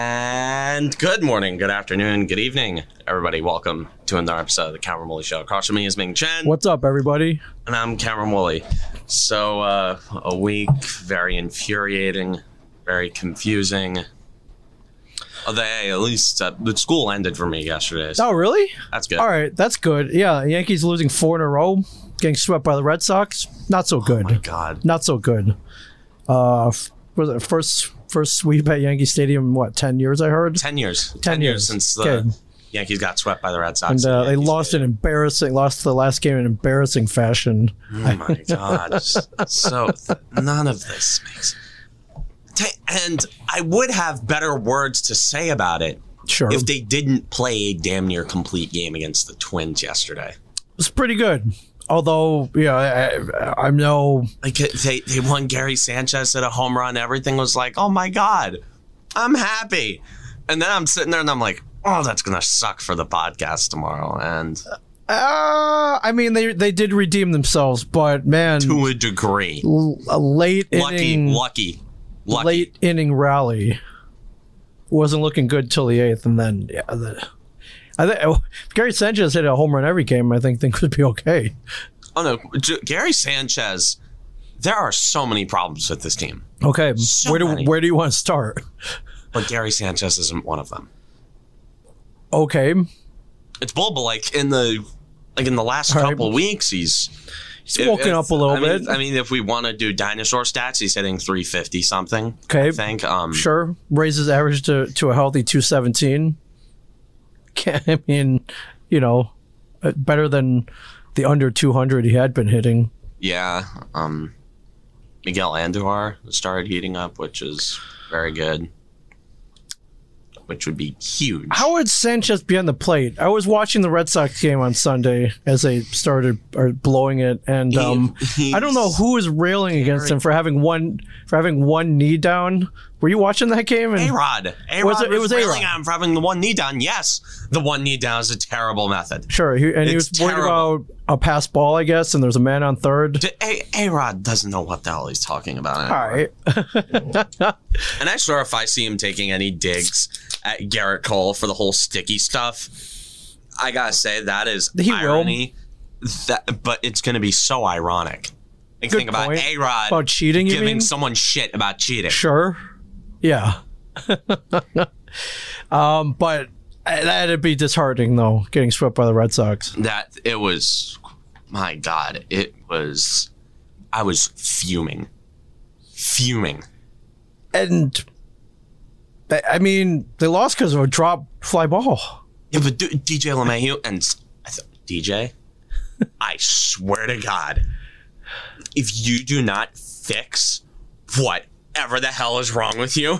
And good morning, good afternoon, good evening, everybody. Welcome to another episode of the Cameron Woolley Show. Across from me is Ming Chen, What's up, everybody? and I'm Cameron Woolley. So, uh, a week very infuriating, very confusing. Oh, they, at least uh, the school ended for me yesterday. So Oh, really? that's good. All right, that's good. Yeah, Yankees losing four in a row, getting swept by the Red Sox. Not so good. My God, Not so good. Uh, f- was it first first sweep at Yankee Stadium? in, What ten years? I heard. ten years. Ten, years. since the Okay. Yankees got swept by the Red Sox. And in uh, they Yankees lost in Stadium. embarrassing. Lost the last game in embarrassing fashion. Oh my god! Just so th- none of this makes. Ta- And I would have better words to say about it Sure, if it they didn't play a damn near complete game against the Twins yesterday. was pretty good. Although, yeah, I, I, I'm no. Like they they won Gary Sanchez at a home run. Everything was like, oh my god, I'm happy. And then I'm sitting there and I'm like, oh, that's gonna suck for the podcast tomorrow. And Uh, I mean, they they did redeem themselves, but man, to a degree, l- a late lucky, inning. lucky, lucky. late inning rally wasn't looking good till the eighth, and then yeah, the, I think if Gary Sanchez hit a home run every game. I think things would be okay. Oh no, J- Gary Sanchez. There are so many problems with this team, Okay, So where do many. where do you want to start? but Gary Sanchez isn't one of them. Okay, It's Bulba like in the like in the last All right. couple weeks he's he's woken up a little I mean, bit. I mean, if we want to do dinosaur stats, he's hitting 350 something. Okay. I think um sure, raises average to to a healthy two seventeen. I mean, you know, uh, better than the under two hundred he had been hitting. yeah, um Miguel Andujar started heating up, which is very good. Which would be huge. How would Sanchez be on the plate? I was watching the Red Sox game on Sunday as they started or blowing it, and um, He- I don't know who was railing against him for having one for having one knee down. Were you watching that game? A And Rod. A Hmm. Was Rod it- it was, was railing A-Rod. on him for having the one knee down. Yes, the one knee down is a terrible method. sure, he, and he was It's worried about a pass ball, I guess, and there's a man on third. D- A A Rod doesn't know what the hell he's talking about. All right, And I swear, if I see him taking any digs at Garrett Cole for the whole sticky stuff, I gotta say that is He will. irony. That, but it's gonna be so ironic. Like, Good think about point. A Rod about cheating, you giving mean? someone shit about cheating. sure, yeah. um, but uh, that'd be disheartening though, getting swept by the Red Sox. That it was, my God, it was. I was fuming, fuming. and they, I mean, they lost because of a drop fly ball. Yeah, but D- DJ LeMahieu and s- I th- DJ, I swear to God, if you do not fix whatever the hell is wrong with you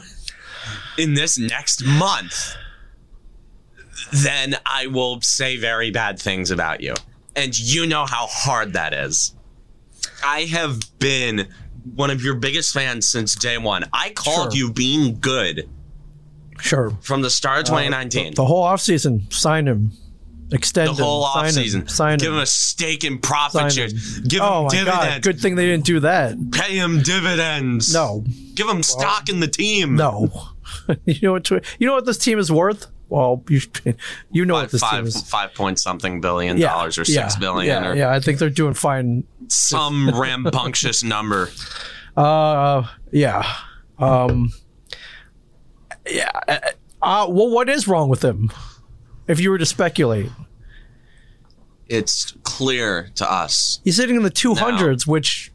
in this next month, then I will say very bad things about you. And you know how hard that is. I have been one of your biggest fans since day one. I called Sure. you being good Sure. from the start of 2019 The whole offseason, sign him, extend the whole him, sign offseason. him, sign Give him him. a stake in profit Sign shares. Give Oh him my god! dividends. Good thing they didn't do that. Pay him dividends. No, Give him stock in the team. no. you know what? Twi- you know what this team is worth? Well, you you know Five, what this team five, is. five point something billion Yeah, dollars or yeah, six billion Yeah, or yeah, I think they're doing fine. some rambunctious number. Uh, yeah. Um, yeah. Uh, well, what is wrong with them? If you were to speculate, It's clear to us. He's hitting in the 200s, which,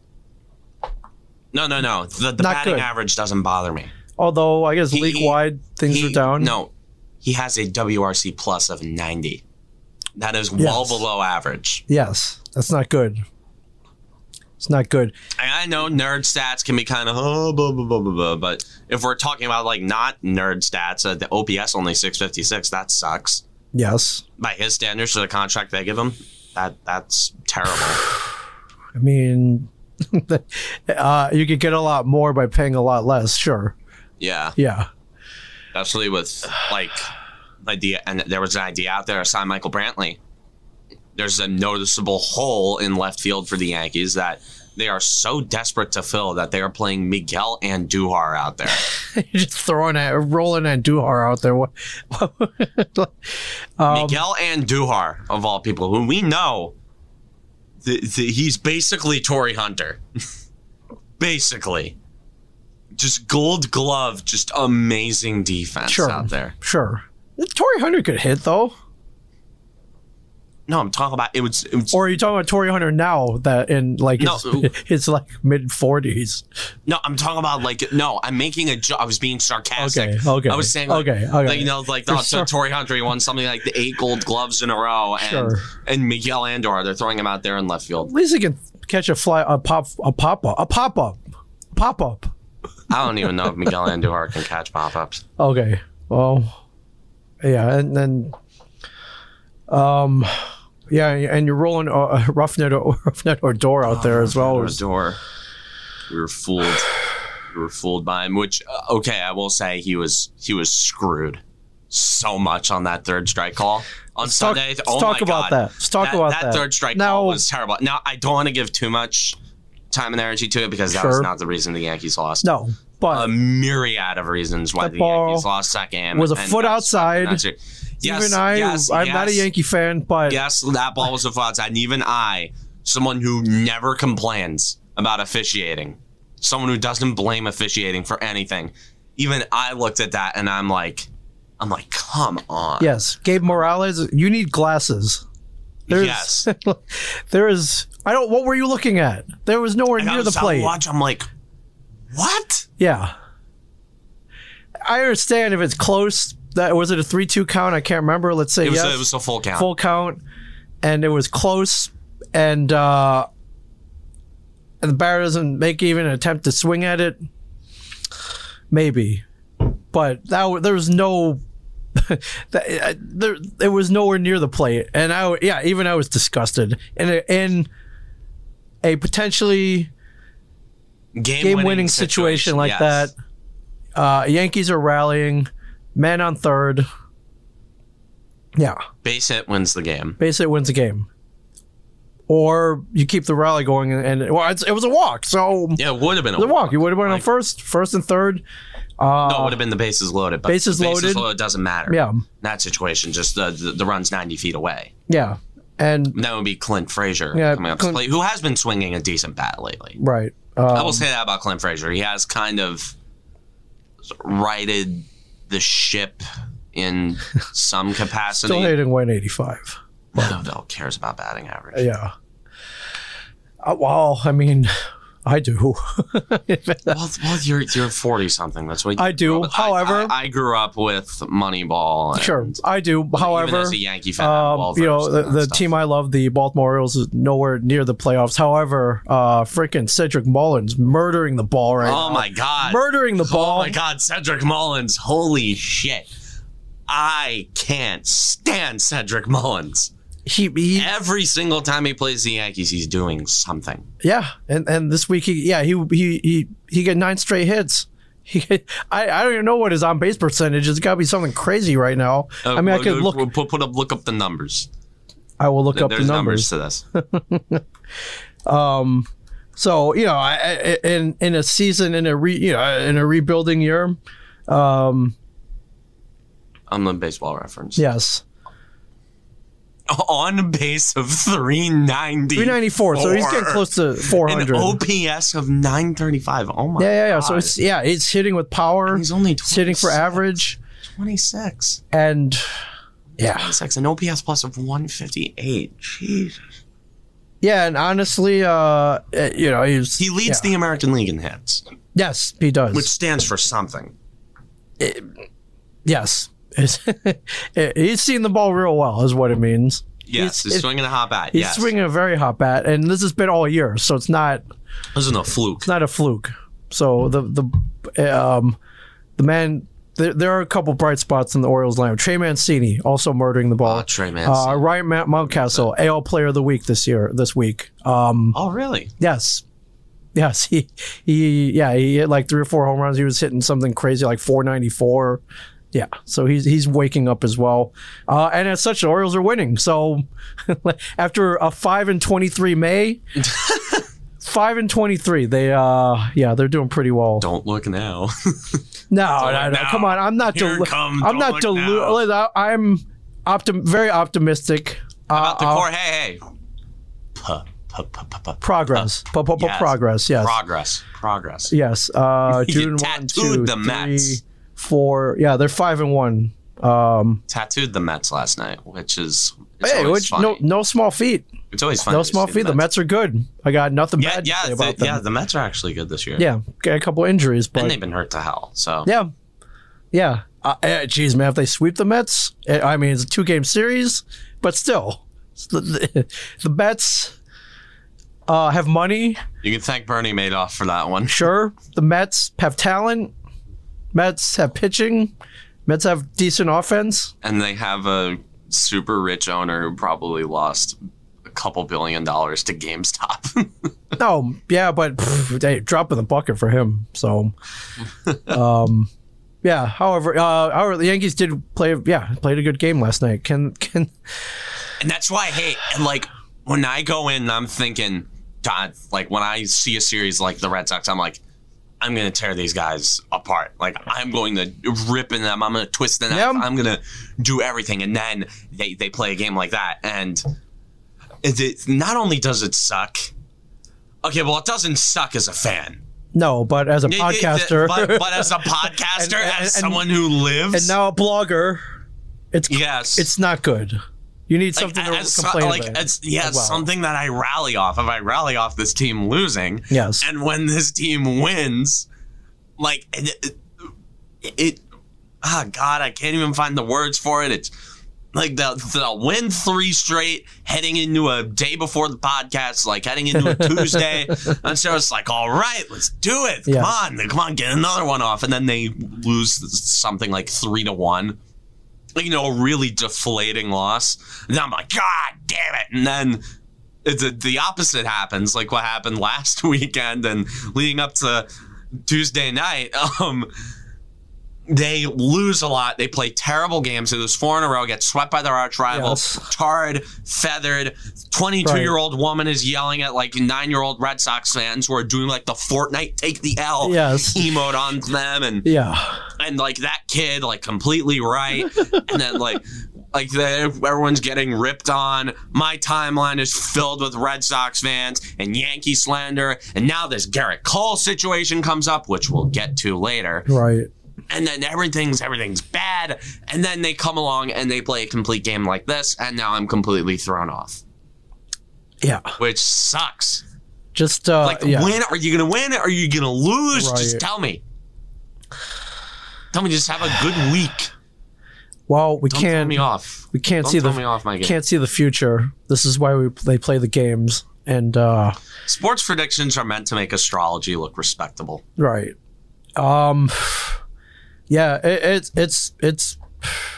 No, no, no. The, the Not batting good. average doesn't bother me. although I guess He- league wide things He- are down. No, he has a WRC plus of 90. That is well Yes. below average. Yes, that's not good. It's not good. And I know nerd stats can be kind of oh, blah, blah, blah, blah, blah, but if we're talking about like not nerd stats, uh, the OPS only 656, that sucks. Yes. By his standards for the contract they give him, that that's terrible. I mean, uh, you could get a lot more by paying a lot less, sure. yeah, Yeah. especially with like idea and there was an idea out there to sign Michael Brantley. There's a noticeable hole in left field for the Yankees that They are so desperate to fill that they are playing Miguel and Duhar out there. You're just throwing that, rolling that Duhar out there. What? Um, Miguel and Duhar, of all people, who we know, th- th- he's basically Tory Hunter. basically. Just gold glove, just amazing defense Sure. out there. Sure. Torrey Hunter could hit though. No, I'm talking about it was, it was Or are you talking about Torrey Hunter now that in like his, No. his like mid forties? no, I'm talking about like no, I'm making a joke. I was being sarcastic. Okay, okay, I was saying like, okay, okay. like, you know like oh, so sure. Tory Hunter he won something like the eight gold gloves in a row and Sure. and Miguel Andor they're throwing him out there in left field. At least he can catch a fly, a pop, a pop up, a pop up, pop up. I don't even know if Miguel Andujar can catch pop ups. Okay. Well, yeah, and then, um, yeah, and you're rolling uh, roughnet or roughnet or door Oh, out there as well. Andujar, we were fooled. We were fooled by him. Which uh, okay, I will say he was he was screwed so much on that third strike call on talk- Sunday. let's oh talk my about God. that. Let's talk about that. third strike Now- call was terrible. Now I don't want to give too much time and energy to it because that was Sure. not the reason the Yankees lost. No, but a myriad of reasons why That the ball Yankees lost second. was a and foot got outside. swept in that series. Yes, even I, yes, I'm yes, not a Yankee fan, but Yes, that ball was a foot outside, and even I, someone who never complains about officiating, someone who doesn't blame officiating for anything, even I looked at that and I'm like, I'm like, come on. yes, Gabe Morales, you need glasses. There's, Yes. there is. I don't. What were you looking at? There was nowhere And I near the was out plate. Watch, I'm like, what? Yeah. I understand if it's close. That was it a three-two count? I can't remember. Let's say It was, yes, a, it was a full count. full count, and it was close, and uh, and the batter doesn't make even an attempt to swing at it. Maybe, but that wa- there was no. that, I- there, it was nowhere near the plate, and I, wa- yeah, even I was disgusted, and a- in a potentially game winning, situation, like yes. that. Uh, Yankees are rallying, man on third. Yeah, Base hit wins the game. base hit wins the game. Or you keep the rally going, and, and well, it's, it was a walk, so Yeah, it would have been a the walk. You would have went on Like- first, first and third. No, it would have been the bases loaded. But Bases the loaded. loaded doesn't matter. Yeah, In that situation, just the, the the run's ninety feet away. yeah, and That would be Clint Frazier Yeah, coming up Clint- to play, who has been swinging a decent bat lately. right. I Uh, will say that about Clint Frazier. He has kind of righted the ship in some capacity. still hating one eighty five. Who cares about batting average? Yeah. Uh, well, I mean, I do. Well, well, you're you're forty something. That's what you I do. grew up with. I- However- I, I grew up with Moneyball. and- sure, I do. However, even as a Yankee fan, I'm Um, well you know, versed in the, that the stuff. team I love, the Baltimore Orioles, is nowhere near the playoffs. However, uh, freaking Cedric Mullins murdering the ball right Oh my now. god! Murdering the Oh ball. my god, Cedric Mullins! Holy shit! I can't stand Cedric Mullins. He, he, Every single time he plays the Yankees, he's doing something. yeah. And, and this week, he, yeah, he, he, he, he got nine straight hits. He, I, I don't even know what his on base percentage is. It's got to be something crazy right now. I mean, I Uh, could we'll- look. We'll put, put up, look up the numbers. I will look up the There's numbers. numbers. to this. So you know, I, I, in in a season in a re, you know in a rebuilding year, I'm the baseball reference. yes, On base of 390. three ninety four. So he's getting close to four An hundred. OPS of 935. Oh my Yeah, yeah, yeah. So God. it's yeah, it's hitting with power. he's only It's hitting for 26. average 26. and yeah, 26. An OPS plus of 158. Jesus. yeah. And honestly, uh, uh, you know, he's He leads the American League in hits, yes, he does. which stands for something. yes, he's seen the ball real well, is what it means. Yes, he's, it- swinging a hot bat. He's yes, swinging a very hot bat, and this has been all year, so it's not this isn't a fluke. it's not a fluke. So the the um the man. There, there are a couple bright spots in the Orioles lineup. Trey Mancini also murdering the ball. Oh, Trey Mancini. uh, Ryan Mount- Mountcastle, AL Player of the Week this year. This week, um, oh, really? Yes. Yes, he, he, yeah, he hit like three or four home runs. He was hitting something crazy, like 494. Yeah, so he's he's waking up as well. Uh, and as such, the Orioles are winning. So after a five and 23 May, Five and twenty-three. They uh, yeah, they're doing pretty well. Don't look now. No, Don't no, look no. now. Come on, I'm not. Here delu- it comes. Don't I'm not look now. deluded. I'm optim- very optimistic. Uh, About the uh, core, hey, hey. Puh, puh, puh, puh, puh. progress. P- p- p- Yes. Progress. Yes. Progress. Progress. Yes. Uh, You June one, tattooed two, the Mets. three, four. Yeah, they're five and one. Um, Tattooed the Mets last night, which is it's hey, always which funny. no no small feet. it's always funny. No to small see feet. The Mets. are good. I got nothing Yeah, bad to yeah, say the, about yeah. them. The Mets are actually good this year. Yeah, got a couple injuries, and but they've been hurt to hell. So yeah, yeah. Uh, eh, Jeez, man, if they sweep the Mets, eh, I mean, it's a two game series, but still, it's the, the, the Mets uh, have money. you can thank Bernie Madoff for that one. Sure, the Mets have talent. Mets have pitching. Mets have decent offense. And they have a super rich owner who probably lost a couple billion dollars to GameStop. No, yeah, but pff, they drop in the bucket for him. So, um, yeah. However, uh, however, the Yankees did play. Yeah, played a good game last night. Can can And that's why I hate. And like when I go in, I'm thinking, God, like when I see a series like the Red Sox, I'm like, I'm gonna tear these guys apart. Like I'm going to rip in them. I'm gonna twist them. Yeah. I'm gonna do everything. And then they they play a game like that, and it, it- not only does it suck. Okay, well, it doesn't suck as a fan. no, but as a It- it- podcaster but, but as a podcaster, And- and- as someone who lives, and now a blogger, it's yes, it's not good. You need like, something as so- to complain like, about. It's, yeah, as well. something that I rally off of. I rally off this team losing, yes, and when this team wins, like it, it, it ah, God, I can't even find the words for it. It's like they'll, they'll win three straight, heading into a day before the podcast, like heading into a Tuesday, and so it's like, all right, let's do it. Come Yes. on, come on, get another one off, and then they lose something like three to one you know, a really deflating loss. And I'm like, God damn it. And then it, the, the opposite happens, like what happened last weekend and leading up to Tuesday night. Um, they lose a lot. They play terrible games. They lose four in a row, get swept by their arch rival, Yes. tarred, feathered. 22 Right. year old woman is yelling at like nine year old Red Sox fans who are doing like the Fortnite take the L Yes. emote on them. And yeah, and like that kid like completely right and then like like the, everyone's getting ripped on my timeline is filled with red sox fans and yankee slander and now this garrett cole situation comes up which we'll get to later right. and then everything's everything's bad and then they come along and they play a complete game like this and now i'm completely thrown off Yeah, which sucks just uh, like yeah. when are you gonna win are you gonna lose just Right. tell me tell me just have a good week Well, we don't throw can't me off we can't Don't see throw the me off my game. can't see the future. This is why we they play the games and uh, Sports predictions are meant to make astrology look respectable. right. Um, yeah, it, it's it's it's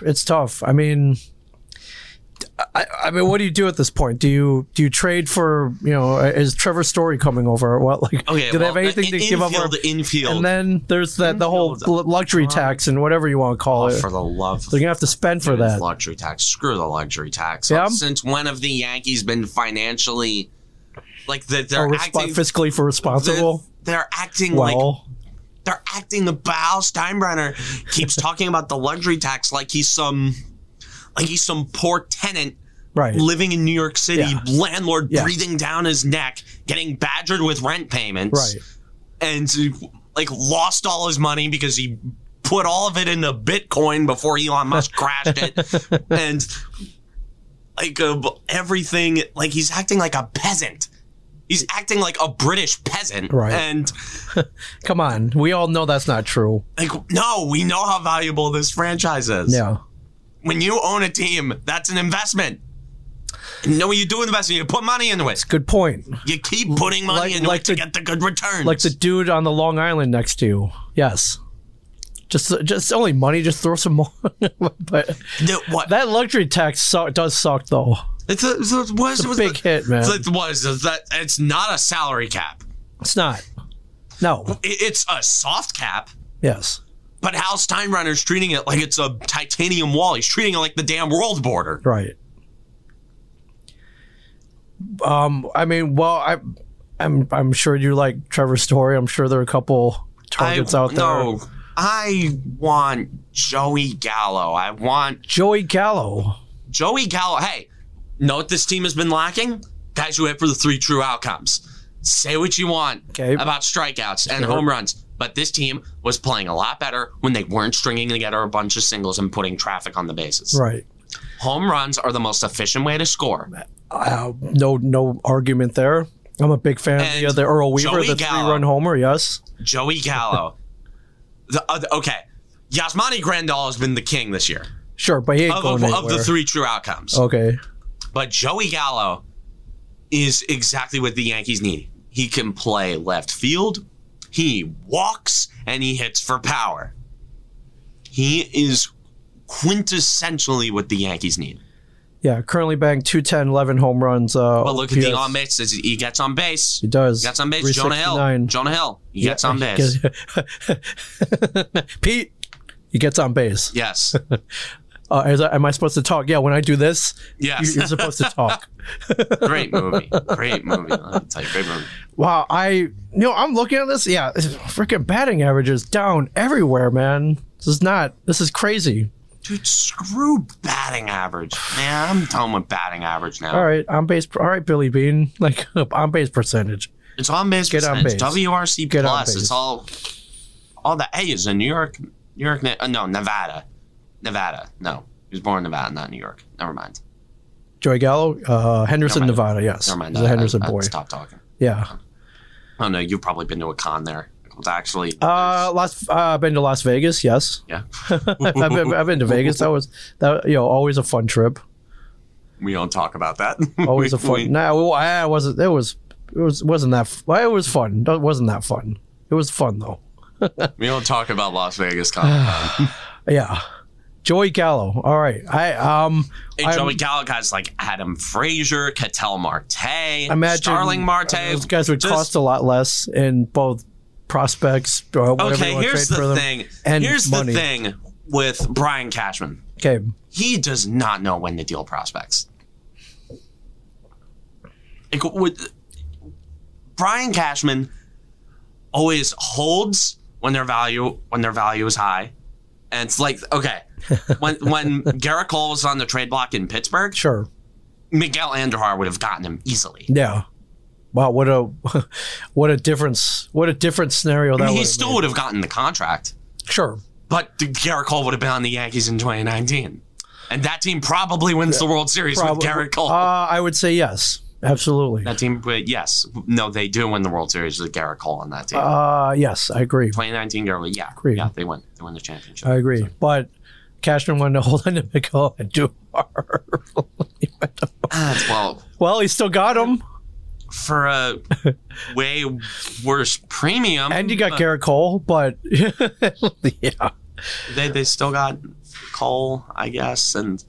it's tough. I mean, I, I mean, what do you do at this point? Do you do you trade for you know? Is Trevor Story coming over? or What like? Okay, do they well, have anything to in- give up? infield, Or, the infield? and then there's that the whole Infield's l- luxry tax and whatever you want to call Oh, it. for the love They're gonna have to spend for of that. luxury tax, screw the luxury tax. Yeah. Since when have the Yankees been financially like that? They're Or respo- acting fiscally for they're, responsible. they're acting like Well, they're acting the Bow Steinbrenner keeps talking about the luxury tax like he's some like he's some poor tenant right. living in New York City, Yeah. landlord Yeah. breathing down his neck, getting badgered with rent payments. Right. and like lost all his money because he put all of it into Bitcoin before Elon Musk crashed it, and like uh, everything, like he's acting like a peasant. He's acting like a British peasant, Right. And Come on. We all know that's not true. like, no, we know how valuable this franchise is. Yeah. When you own a team, that's an investment. You know what you do with investment? You put money into it. Good point. You keep putting money Like- into like it to the- get the good returns. Like the dude on the Long Island next to you. Yes. Just, just only money. Just throw some more. but The- what? that luxury tax su- does suck, though. It's a, it's a- what is- what's Big the- hit, man. It's like, what is this? that? It's not a salary cap. It's not. No. It- It's a soft cap. Yes. But Hal Steinbrenner's treating it like it's a titanium wall. He's treating it like the damn world border. Right. Um. I mean, well, I, I'm I'm sure you like Trevor's story. I'm sure there are a couple targets out there. No, I want Joey Gallo. I want Joey Gallo. Joey Gallo. Hey, know what this team has been lacking? Guys who hit for the three true outcomes. Say what you want Okay. about strikeouts and Sure. home runs, but this team was playing a lot better when they weren't stringing together a bunch of singles and putting traffic on the bases. Right. Home runs are the most efficient way to score. Uh, no no argument there. I'm a big fan of the And other Earl Weaver, Joey the Gallo. three run homer, yes. Joey Gallo. the other, okay, Yasmani Grandal has been the king this year Sure, but he ain't of, going of, anywhere. of the three true outcomes. Okay. But Joey Gallo is exactly what the Yankees need. He can play left field, he walks, and he hits for power. He is quintessentially what the Yankees need. Yeah, currently bagged 210, 11 home runs. Uh, But look at the OPS. on base. He gets on base. He does. He gets on base. Jonah Hill. 369. Jonah Hill. He gets on base. Gets- Pete, he gets on base. Yes. Uh, is I, am I supposed to talk? Yeah, when I do this, you- Yes. you're supposed to talk. great movie. Great movie. I'll tell you, great movie. Wow, I you know I'm looking at this. Yeah, it's- freaking batting averages down everywhere, man. This is not. This is crazy. Dude, screw batting average. Man, I'm done with batting average now. All right, on base. All right, Billy Bean, like on base percentage. It's on base Get on percentage. base. WRC Get on plus. base. It's all all the A is in New York, New York. Ne- Uh, no, Nevada, Nevada. No, he was born in Nevada, not New York. Never mind. Joey Gallo, uh, Henderson, Never Nevada. Yes, Never mind. he's a I- Henderson I, I boy. Stop talking. Yeah. Oh no, you've probably been to a con there. It's actually. Uh, Las. Uh, I've been to Las Vegas. Yes. yeah. I've, been, I've been to Vegas. That was that. You know, always a fun trip. We don't talk about that. Always a We- we- fun. No, I I wasn't. It was. It was. Wasn't that? f- Well, it was fun. No, It wasn't that fun. It was fun though. We don't talk about Las Vegas con. Yeah. Joey Gallo. All right. I um. hey, I'm- Joey Gallo guys like Adam Frazier, Cattell Marte, Imagine uh, Starling Marte. Those guys would Just- cost a lot less in both prospects or whatever you Okay, want to here's trade for the them. thing. and Here's money. the thing with Brian Cashman. Okay. he does not know when to deal prospects. Like, would, Brian Cashman always holds when their value when their value is high, and it's like okay, when when Garrett Cole was on the trade block in Pittsburgh, Sure. Miguel Andujar would have gotten him easily. Yeah. Wow. What a what a difference. What a different scenario that he would've still made. would have gotten the contract, sure. but Garrett Cole would have been on the Yankees in 2019, and that team probably wins the World Series with Probably- Garrett Cole. Uh, I would say yes. Absolutely. That team, but yes, no, they do win the World Series with Garrett Cole on that team. Uh, yes, I agree. 2019 Garrett, yeah, Agreed. yeah, they win, they win the championship. I agree. But Cashman wanted to hold on to Miguel and Ah, well, well, he still got him, for a way worse premium, and you got Garrett Cole. But yeah, they they still got Cole, I guess, and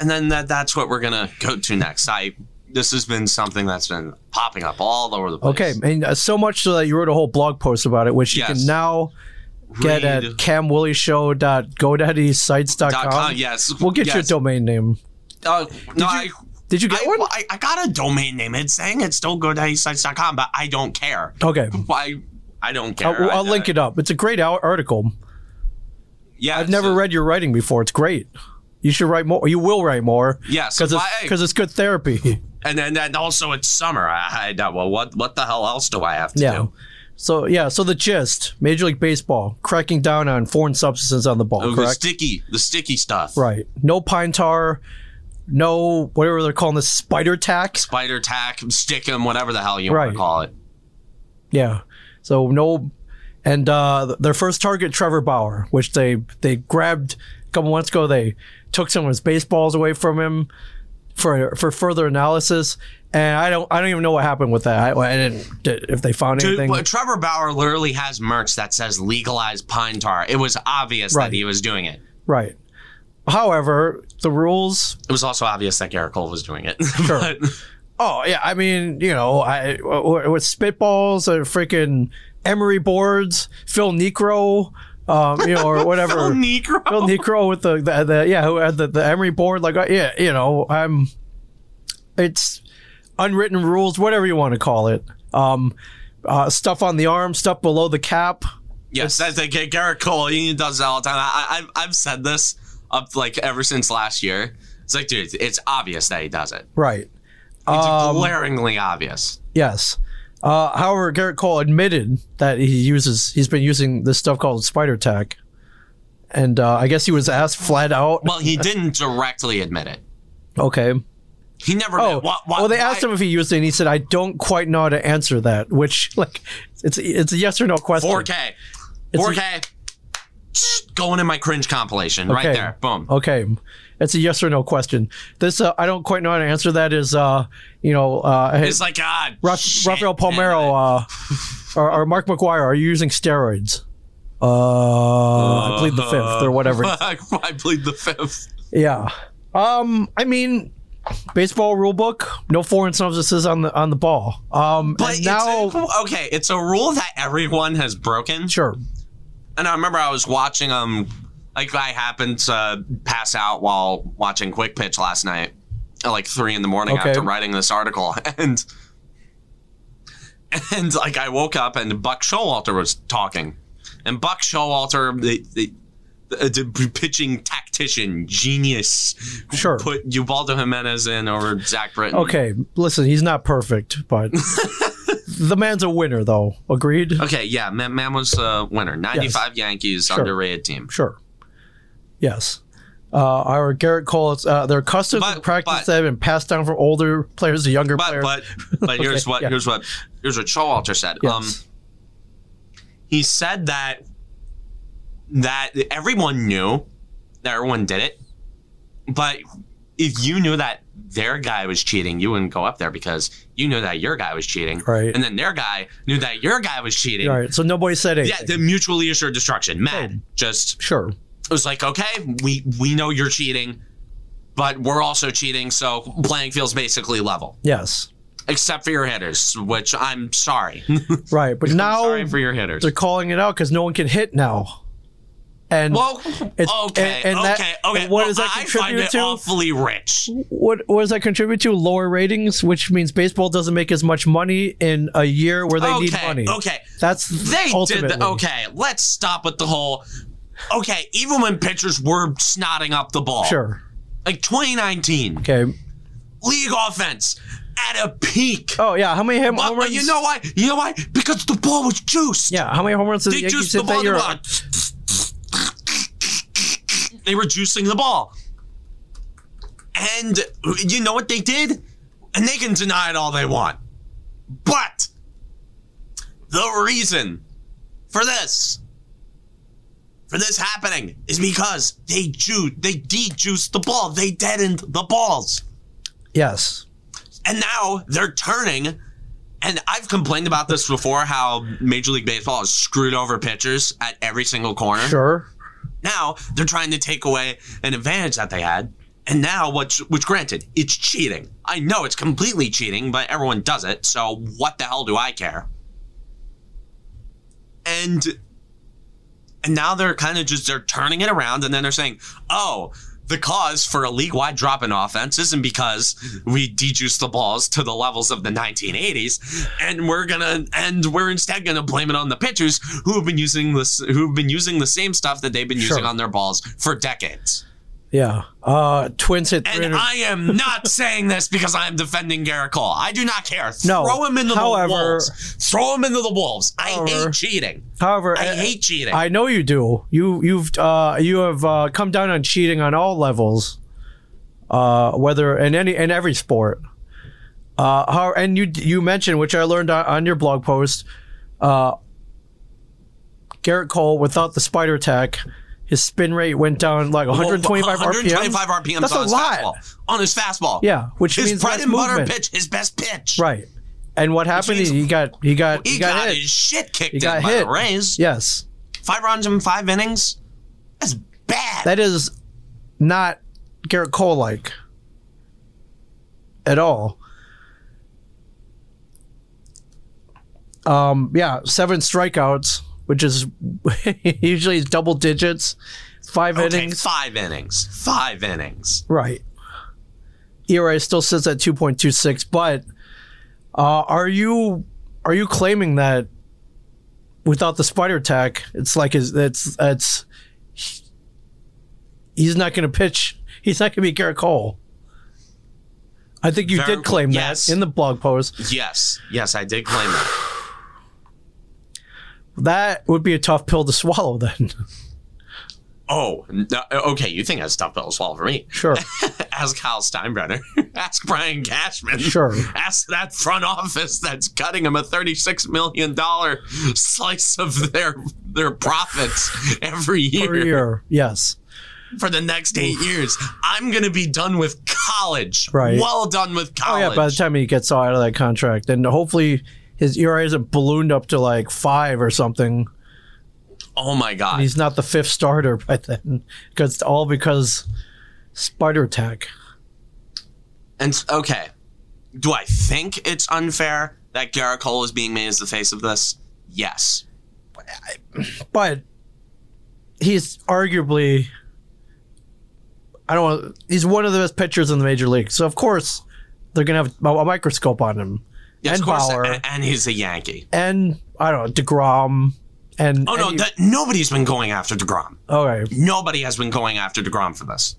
and then that that's what we're gonna go to next. I this has been something that's been popping up all over the place. okay. And uh, so much so that you wrote a whole blog post about it, which you Yes. can now get at Read dot com, camwillyshow.godaddysites.com. Yes, We'll get your yes. domain name. Uh, no, I, you Did you get I, one? I, I got a domain name. It's saying it's still GoDaddySites.com, but I don't care. Okay. Why? I don't care. I'll, I'll link it up. It's a great al- article. Yeah, I've never read your writing before. It's great. You should write more. You will write more Yes, because it's, why- 'cause it's good therapy. and then and also it's summer. I, I don't- well, what what the hell else do I have to Yeah. do? So yeah, so the gist: Major League Baseball cracking down on foreign substances on the ball, Oh, The correct? sticky, the sticky stuff. right. No pine tar, no whatever they're calling this spider tax. Spider tack, stick 'em, whatever the hell you want Right. to call it. Yeah. So no, and uh, th- their first target, Trevor Bauer, which they they grabbed a couple months ago. They took some of his baseballs away from him for for further analysis. And I don't I don't even know what happened with that. I, I didn't did- if they found Dude, anything. but Trevor Bauer literally has merch that says legalized pine tar. It was obvious Right. that he was doing it. right. However, the rules It was also obvious that Garrett Cole was doing it. Sure. But- Oh yeah, I mean, you know, I w- with spitballs or freaking emery boards, Phil Necro, um, you know, or Oh, whatever. Phil Negro. Necro with the, the, the yeah, who had the, the emery board, like uh, yeah, you know, I'm. It's unwritten rules, whatever you want to call it. Um, uh, stuff on the arm, stuff below the cap. Yes, that's like Garrett Cole. He does that all the time. I, I, I've said this up like ever since last year. It's like, dude, it's obvious that he does it. Right. It's Um, glaringly obvious. Yes. Uh, however, Garrett Cole admitted that he uses he's been using this stuff called spider tack, and uh, I guess he was asked flat out. Well, he didn't directly admit it. Okay. He never. Oh, did. Why- why- well, they asked why- him if he used it, and he said, "I don't quite know how to answer that." Which, like, it's it's a yes or no question. 4K. It's- 4K. Tsh, Going in my cringe compilation right Okay. Oh, there. Boom. Okay, it's a yes or no question. This uh, I don't quite know how to answer that. Is uh, you know, uh, hey, It's like ah, God. Raf- Rafael Palmero uh, or, or Mark McGuire, are you using steroids? Uh, I plead the fifth or whatever. I plead the fifth. Yeah. Um, I mean, baseball rule book, no foreign substances on the on the ball. Um, But and now, it's a, okay, it's a rule that everyone has broken. sure, And I remember I was watching um like I happened to pass out while watching Quick Pitch last night at like three in the morning Okay. after writing this article. And and like I woke up and Buck Showalter was talking. And Buck Showalter the the the, the pitching tactician genius Sure. put Ubaldo Jimenez in over Zach Britton. okay. Listen, he's not perfect, but the man's a winner, though. Agreed. Okay, yeah, man, man was a winner. 95 Yankees, underrated team. Sure. Yes. Uh, our Garrett Cole, it's, uh, their customs But- and practice but- that have been passed down from older players to younger But players. but but here's Okay, what yeah. here's what here's what Showalter said. Yes. Um he said that that everyone knew that everyone did it. But if you knew that their guy was cheating, you wouldn't go up there because you knew that your guy was cheating. Right. And then their guy knew that your guy was cheating. All right. So nobody said Yeah, anything. the mutually assured destruction. Mad. Just sure. it was like, okay, we we know you're cheating, but we're also cheating, so playing field's basically level, Yes. except for your hitters, which I'm sorry. Right. But now sorry for your hitters. they're calling it out because no one can hit now. And Well, It's- okay, and- and that- okay, okay. and what does that I find contribute it to? awfully rich. what what does that contribute to? Lower ratings, which means baseball doesn't make as much money in a year where they okay, need money. okay. That's They ultimately. did. The, okay, let's stop with the whole. Okay, even when pitchers were snotting up the ball, Sure. like 2019 Okay. league offense at a peak. Oh yeah. How many home, But- home but runs? you know why? You know why? Because the ball was juiced. yeah. How many home runs did the They Yankees juiced the hit ball. that They year? were, they were juicing the ball. And you know what they did? And they can deny it all they want. But the reason for this, for this happening, is because they ju- they de-juiced the ball. They deadened the balls. Yes. And now they're turning. And I've complained about this before how Major League Baseball has screwed over pitchers at every single corner. Sure. Now they're trying to take away an advantage that they had. And now, which, which granted, it's cheating. I know it's completely cheating, but everyone does it. So what the hell do I care? And and now they're kind of just they're turning it around, and then they're saying, "Oh, the cause for a league-wide drop in offense isn't because we dejuice the balls to the levels of the 1980s, and we're gonna and we're instead gonna blame it on the pitchers who have been using this who've been using the same stuff that they've been Sure. using on their balls for decades." Yeah. Uh, Twins hit And 300. I am not saying this because I am defending Garrett Cole. I do not care. No. Throw him into However- the wolves. Throw him into the wolves. I However- hate cheating. However, I I, hate cheating. I know you do. You you've uh, you have uh, come down on cheating on all levels, uh, whether in any in every sport. Uh, how and you you mentioned which I learned on, on your blog post. Uh, Garrett Cole without the spider attack, his spin rate went down like 125 RPM. 125 RPMs That's on a his lot. fastball. On his fastball. Yeah, which His means bread less and butter movement. pitch, his best pitch. Right, and what happened? means- He got he got He, he got, got hit. his shit kicked in got by hit. the Rays. Yes, Five runs in five innings. That's bad. that is not Garrett Cole like at all. Um, yeah, seven strikeouts, which is usually it's double digits, five okay, innings, five innings. Five innings. E right? ERA still sits at two point two six, but Uh, are you are you claiming that without the spider attack, it's like his it's it's he's not going to pitch. He's not going to be Garrett Cole. I think you Very did claim cool. that Yes. in the blog post. Yes, yes, I did claim that. That would be a tough pill to swallow. Then, Oh, no, okay. You think that's a tough pill to swallow for me? sure, Ask Kyle Steinbrenner. Ask Brian Cashman. Sure. Ask that front office that's cutting him a thirty-six million dollar slice of their their profits every year, per year, yes. for the next eight years. I'm gonna be done with college. Right. Well done with Oh college. yeah, by the time he gets out of that contract, and hopefully his ERA isn't ballooned up to like five or something. oh my god. He's not the fifth starter by then, because it's all because spider attack. And s- okay, do I think it's unfair that Garrett Cole is being made as the face of this? Yes. But he's arguably, I don't. want He's one of the best pitchers in the major league, so of course they're gonna have a, a microscope on him. Yes, and of course. Bauer, And, and he's a Yankee. and I don't know Degrom, and Oh no, any- that, nobody's been going after Degrom. okay, Nobody has been going after DeGrom for this.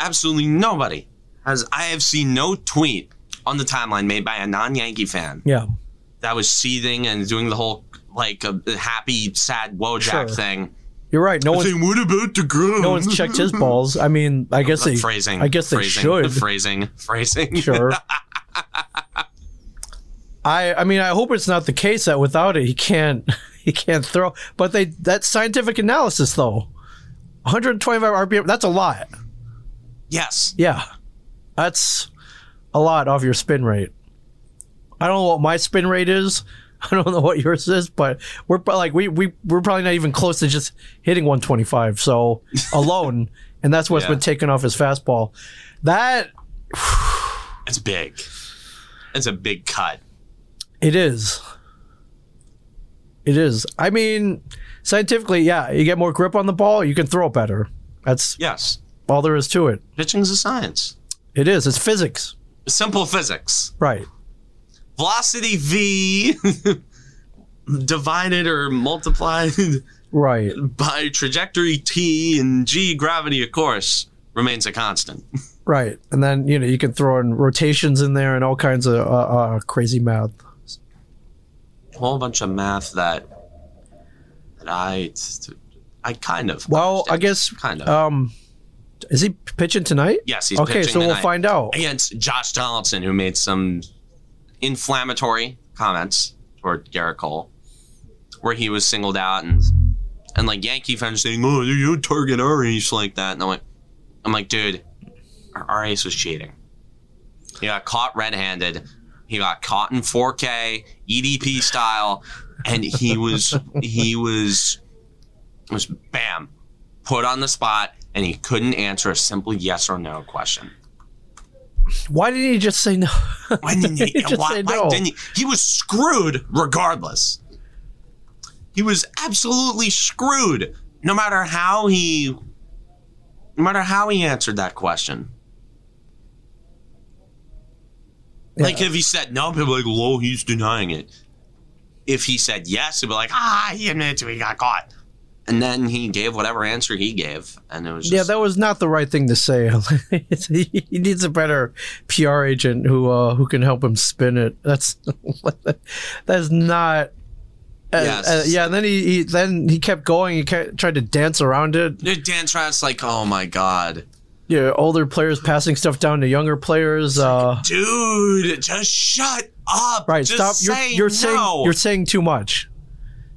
Absolutely nobody. As I have seen no tweet on the timeline made by a non-Yankee fan yeah, that was seething and doing the whole like a happy, sad Wojak Sure. thing. you're right. No one's Saying, what about DeGrom? no one's checked his balls. I mean, I guess The they phrasing. I guess they phrasing, should. Phrasing. Phrasing. sure. I I mean I hope it's not the case that without it he can't he can't throw. But they that scientific analysis though, 125 RPM that's a lot. Yes. Yeah, that's a lot off your spin rate. I don't know what my spin rate is. I don't know what yours is, but we're pro- like we we we're probably not even close to just hitting 125. So alone, and that's what's Yeah. been taken off his fastball. That It's big. It's a big cut. It is. It is. I mean, scientifically, yeah, you get more grip on the ball, you can throw better. That's Yes. all there is to it. Pitching's a science. It is. It's physics. Simple physics. Right. velocity v divided or multiplied Right. by trajectory t and g gravity of course remains a constant Right. And then, you know, you can throw in rotations in there and all kinds of uh, uh, crazy math. a whole bunch of math that that i i kind of Well, I understand. guess kind of um is he pitching tonight? yes he's okay, pitching so we'll tonight find out. against josh donaldson who made some inflammatory comments toward garrett cole where he was singled out and and like Yankee fans saying, "Oh, you target our ace like that," and I'm like, "I'm like, dude, our, our ace was cheating. He got caught red-handed. He got caught in 4K EDP style, and he was he was was bam put on the spot, and he couldn't answer a simple yes or no question. Why didn't he just say no? Why didn't he? Just why, say why no. didn't he? He was screwed regardless. He was absolutely screwed. No matter how he, no matter how he answered that question. Like if he said no, people are like, "Whoa, he's denying it." If he said yes, it'd be like, "Ah, he admitted to it, he got caught." And then he gave whatever answer he gave, and it was just, Yeah, that was not the right thing to say. he needs a better PR agent who uh, who can help him spin it. That's that's not. uh, Yes. uh, yeah, and then he, he then he kept going. He kept, tried to dance around it. Dan Trout's like, "Oh my god." Yeah, older players passing stuff down to younger players. Uh, dude, just shut up. right, just stop. You're, say you're no. saying you're saying too much.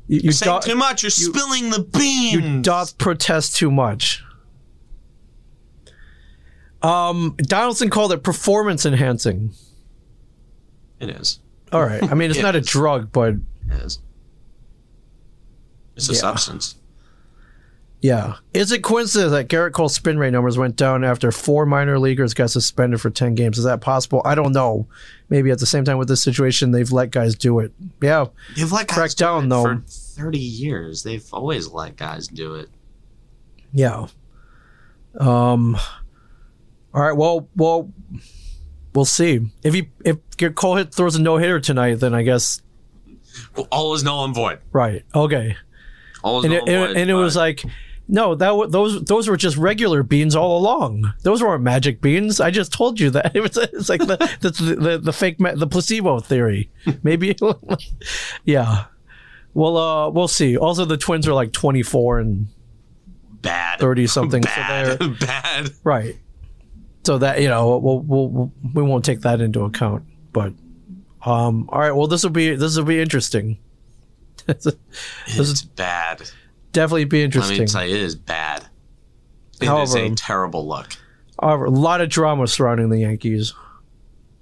You, you saying do- too much. You're spilling the beans. you doth protest too much. Um, Donaldson called it performance enhancing. It is. All right. I mean, it's not a drug, but It is. It's a Yeah. substance. yeah. Is it coincidence that Garrett Cole's spin rate numbers went down after four minor leaguers got suspended for 10 games? Is that possible? I don't know. Maybe at the same time with this situation, they've let guys do it. Yeah. They've let guys Crack do down, it though. for thirty years. They've always let guys do it. Yeah. Um, all right. Well, well, we'll see. If he if Cole hit, throws a no hitter tonight, then I guess All is null and void. right. Okay. All is And null it, and it- void. and it was but- like, no, that w- those those were just regular beans all along. Those weren't magic beans. I just told you that. It was, it's like the the, the the fake ma- the placebo theory. Maybe, yeah. Well, uh, we'll see. Also, the twins are like twenty four and bad. thirty something. so they're Bad. bad. Right. So that you know, we'll, we'll, we'll we won't take that into account. But um, all right. Well, this will be this will be interesting. this It's is bad. definitely be Let me interesting. tell you, it is bad. It is However- a terrible look. However, a lot of drama surrounding the Yankees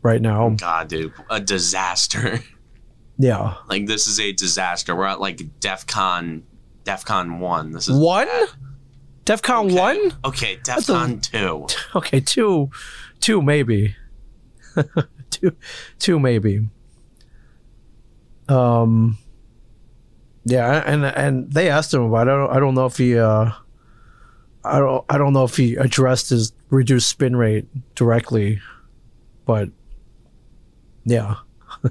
right now. God, dude, a disaster. Yeah. Like this is a disaster. We're at like DefCon, DefCon one. This is One? DefCon Okay. one? Okay, a- DefCon two. Okay, two, two maybe, two, two maybe. Um, yeah, and and they asked him about. It. I don't. I don't know if he. Uh, I don't. I don't know if he addressed his reduced spin rate directly, but yeah.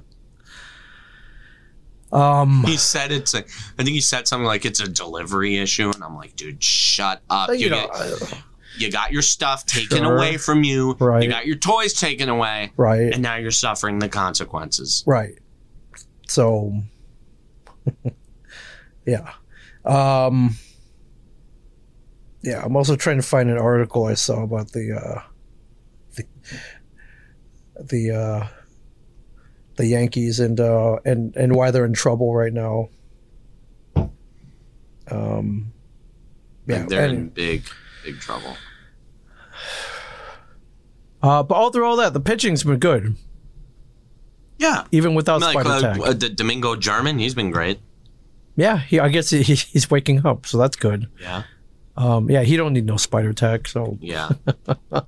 um. He said it's a. I think he said something like it's a delivery issue, and I'm like, dude, shut up. You, You know, uh, get, you got your stuff taken Sure. away from you. Right. You got your toys taken away, right. and now you're suffering the consequences. Right. So yeah. Um yeah, I'm also trying to find an article I saw about the uh the the uh the Yankees and uh and and why they're in trouble right now. Um Yeah, they're anyway. in big, big trouble. uh but all through all that, the pitching's been good, Yeah. even without Like, Spider uh, Attack. uh, D- Domingo German, he's been great. yeah, he, I guess he, he's waking up, so that's good. Yeah. Um, yeah, he don't need no spider attack. So Yeah. all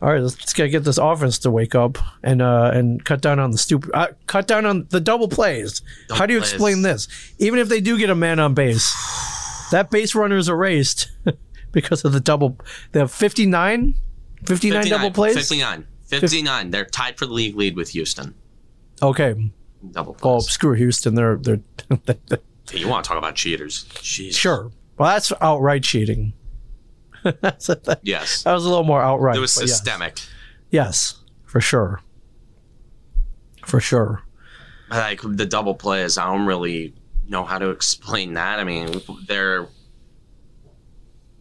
right, let's, let's get get this offense to wake up and uh, and cut down on the stupid, uh, cut down on the double plays. Double How do you plays. explain this? Even if they do get a man on base, that base runner is erased because of the double. They have 59, 59, double plays. 59. 59. They're tied for the league lead with Houston. Okay, Double well, plays. screw Houston. They're they're, Hey, you want to talk about cheaters? Jeez. sure. Well, that's outright cheating. That's- that Yes. was a little more outright. It was Uh, but yeah. systemic. Yes, for sure. For sure. Like the double plays, I don't really know how to explain that. I mean, they're.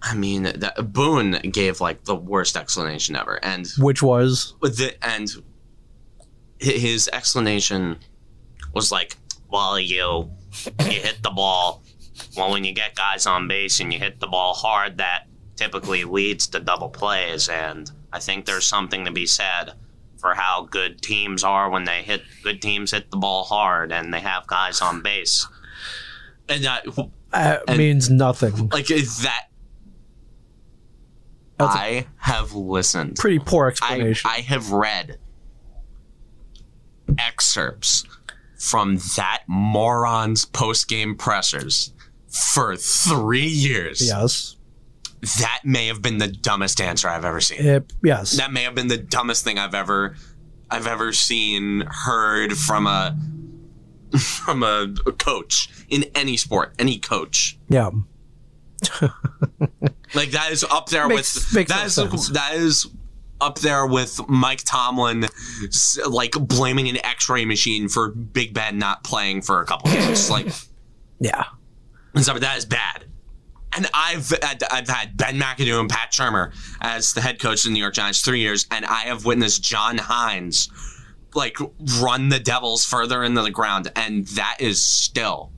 I mean, that, Boone gave like the worst explanation ever, and Which was with the and hi- his explanation was like, "Well, you you hit the ball. Well, when you get guys on base and you hit the ball hard, that typically leads to double plays. And I think there's something to be said for how good teams are when they hit good teams hit the ball hard and they have guys on base. And uh, uh, And- means nothing. like is that, That's a I have listened pretty poor I, explanation. I have read excerpts from that moron's post game pressers for three years. yes. That may have been the dumbest answer I've ever seen. It, yes. That may have been the dumbest thing I've ever I've ever seen heard from a from a, a coach in any sport, any coach. yeah. Like that is up there Makes- with makes that is no sense. that is up there with Mike Tomlin s- like blaming an X-ray machine for Big Ben not playing for a couple games. like Yeah. and stuff, that is bad. And I've had- I've had Ben McAdoo and Pat Shermer as the head coach of the New York Giants three years, and I have witnessed John Hines like run the Devils further into the ground, and that is still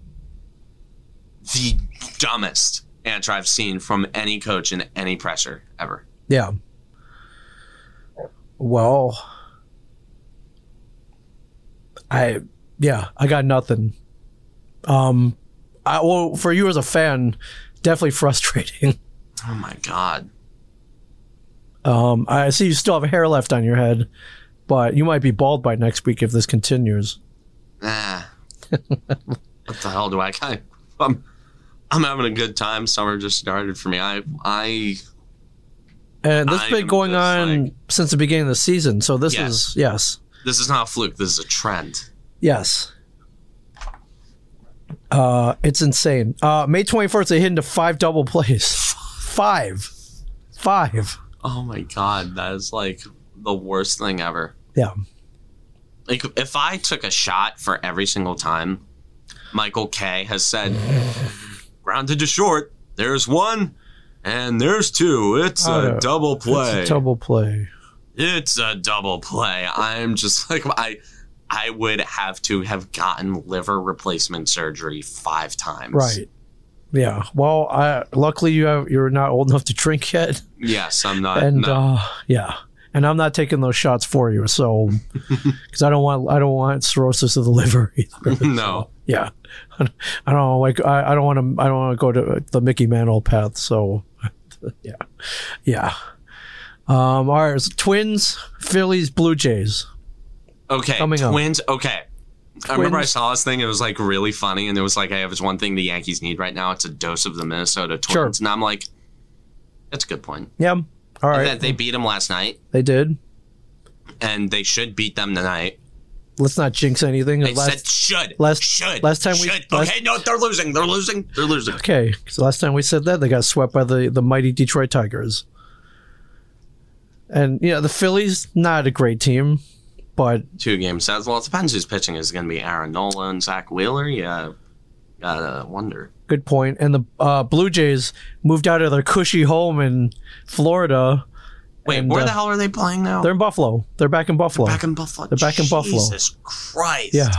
the dumbest answer I've seen from any coach in any pressure ever. Yeah. Well, I yeah, I got nothing. Um, I well for you as a fan, definitely frustrating. Oh my god! Um, I see you still have hair left on your head, but you might be bald by next week if this continues. Eh. what the hell do I? I I'm I'm having a good time. Summer just started for me. I I And this I has been am going just on like- since the beginning of the season. So this Yes. is yes. This is not a fluke. This is a trend. Yes. Uh it's insane. Uh May 21st they hit into five double plays. Five. Five. Oh my god, that is like the worst thing ever. Yeah. Like if I took a shot for every single time Michael K has said grounded to short, there's one and there's two. It's Oh, a no. double play. It's a double play. It's a double play. I'm just like I I would have to have gotten liver replacement surgery 5 times. Right. Yeah. Well, I luckily you have you're not old enough to drink yet. Yes, I'm not and no. uh, yeah, and I'm not taking those shots for you, so because I don't want I don't want cirrhosis of the liver either. so, No. yeah, I don't like I, I don't want to I don't want to go to the Mickey Mantle path. So yeah, yeah. Um, all right, so Twins, Phillies, Blue Jays. Okay, Coming up. Twins. Okay. I remember I Twins. saw this thing. It was like really funny, and it was like, "Hey, if it's one thing the Yankees need right now, it's a dose of the Minnesota Twins." Sure. And I'm like, "That's a good point." Yeah. All And right, then they beat them last night, they did. and they should beat them tonight. Let's not jinx anything. They Last, said should, last- should, last time we- should. last- okay, no, they're losing. They're losing. They're losing. okay, so last time we said that they got swept by the the mighty Detroit Tigers. And you know the Phillies, not a great team, but Two games. That's well, it depends who's pitching. Is it going to be Aaron Nola and Zach Wheeler? Yeah, gotta wonder. Good point. And the uh, Blue Jays moved out of their cushy home in Florida. Wait, And, where uh, the hell are they playing now? They're in Buffalo. They're back in Buffalo. back in Buffalo. They're back in Buffalo. Jesus Christ. yeah.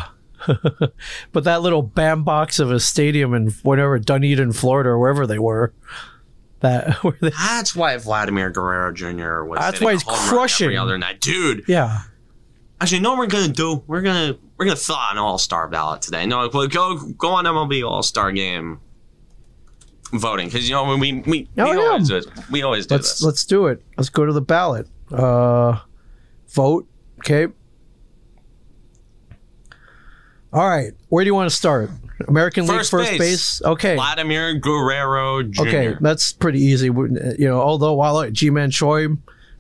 but that little bam box of a stadium in whatever Dunedin, Florida, or wherever they were, that where they, That's why Vladimir Guerrero Jr. was. That's hitting why he's a home run crushing. every other night, dude. yeah, Actually, you know what we're gonna do? We're gonna we're gonna fill out an All Star ballot today. No, well, go go on MLB All Star Game voting because you know we we, we Oh, yeah. always do it. we always do let's this. let's do it. Let's go to the ballot. Uh, vote. Okay. All right. Where do you want to start? American First League first base. base. Okay. Vladimir Guerrero Jr. Okay, that's pretty easy. We- You know, although while at G-Man Choi,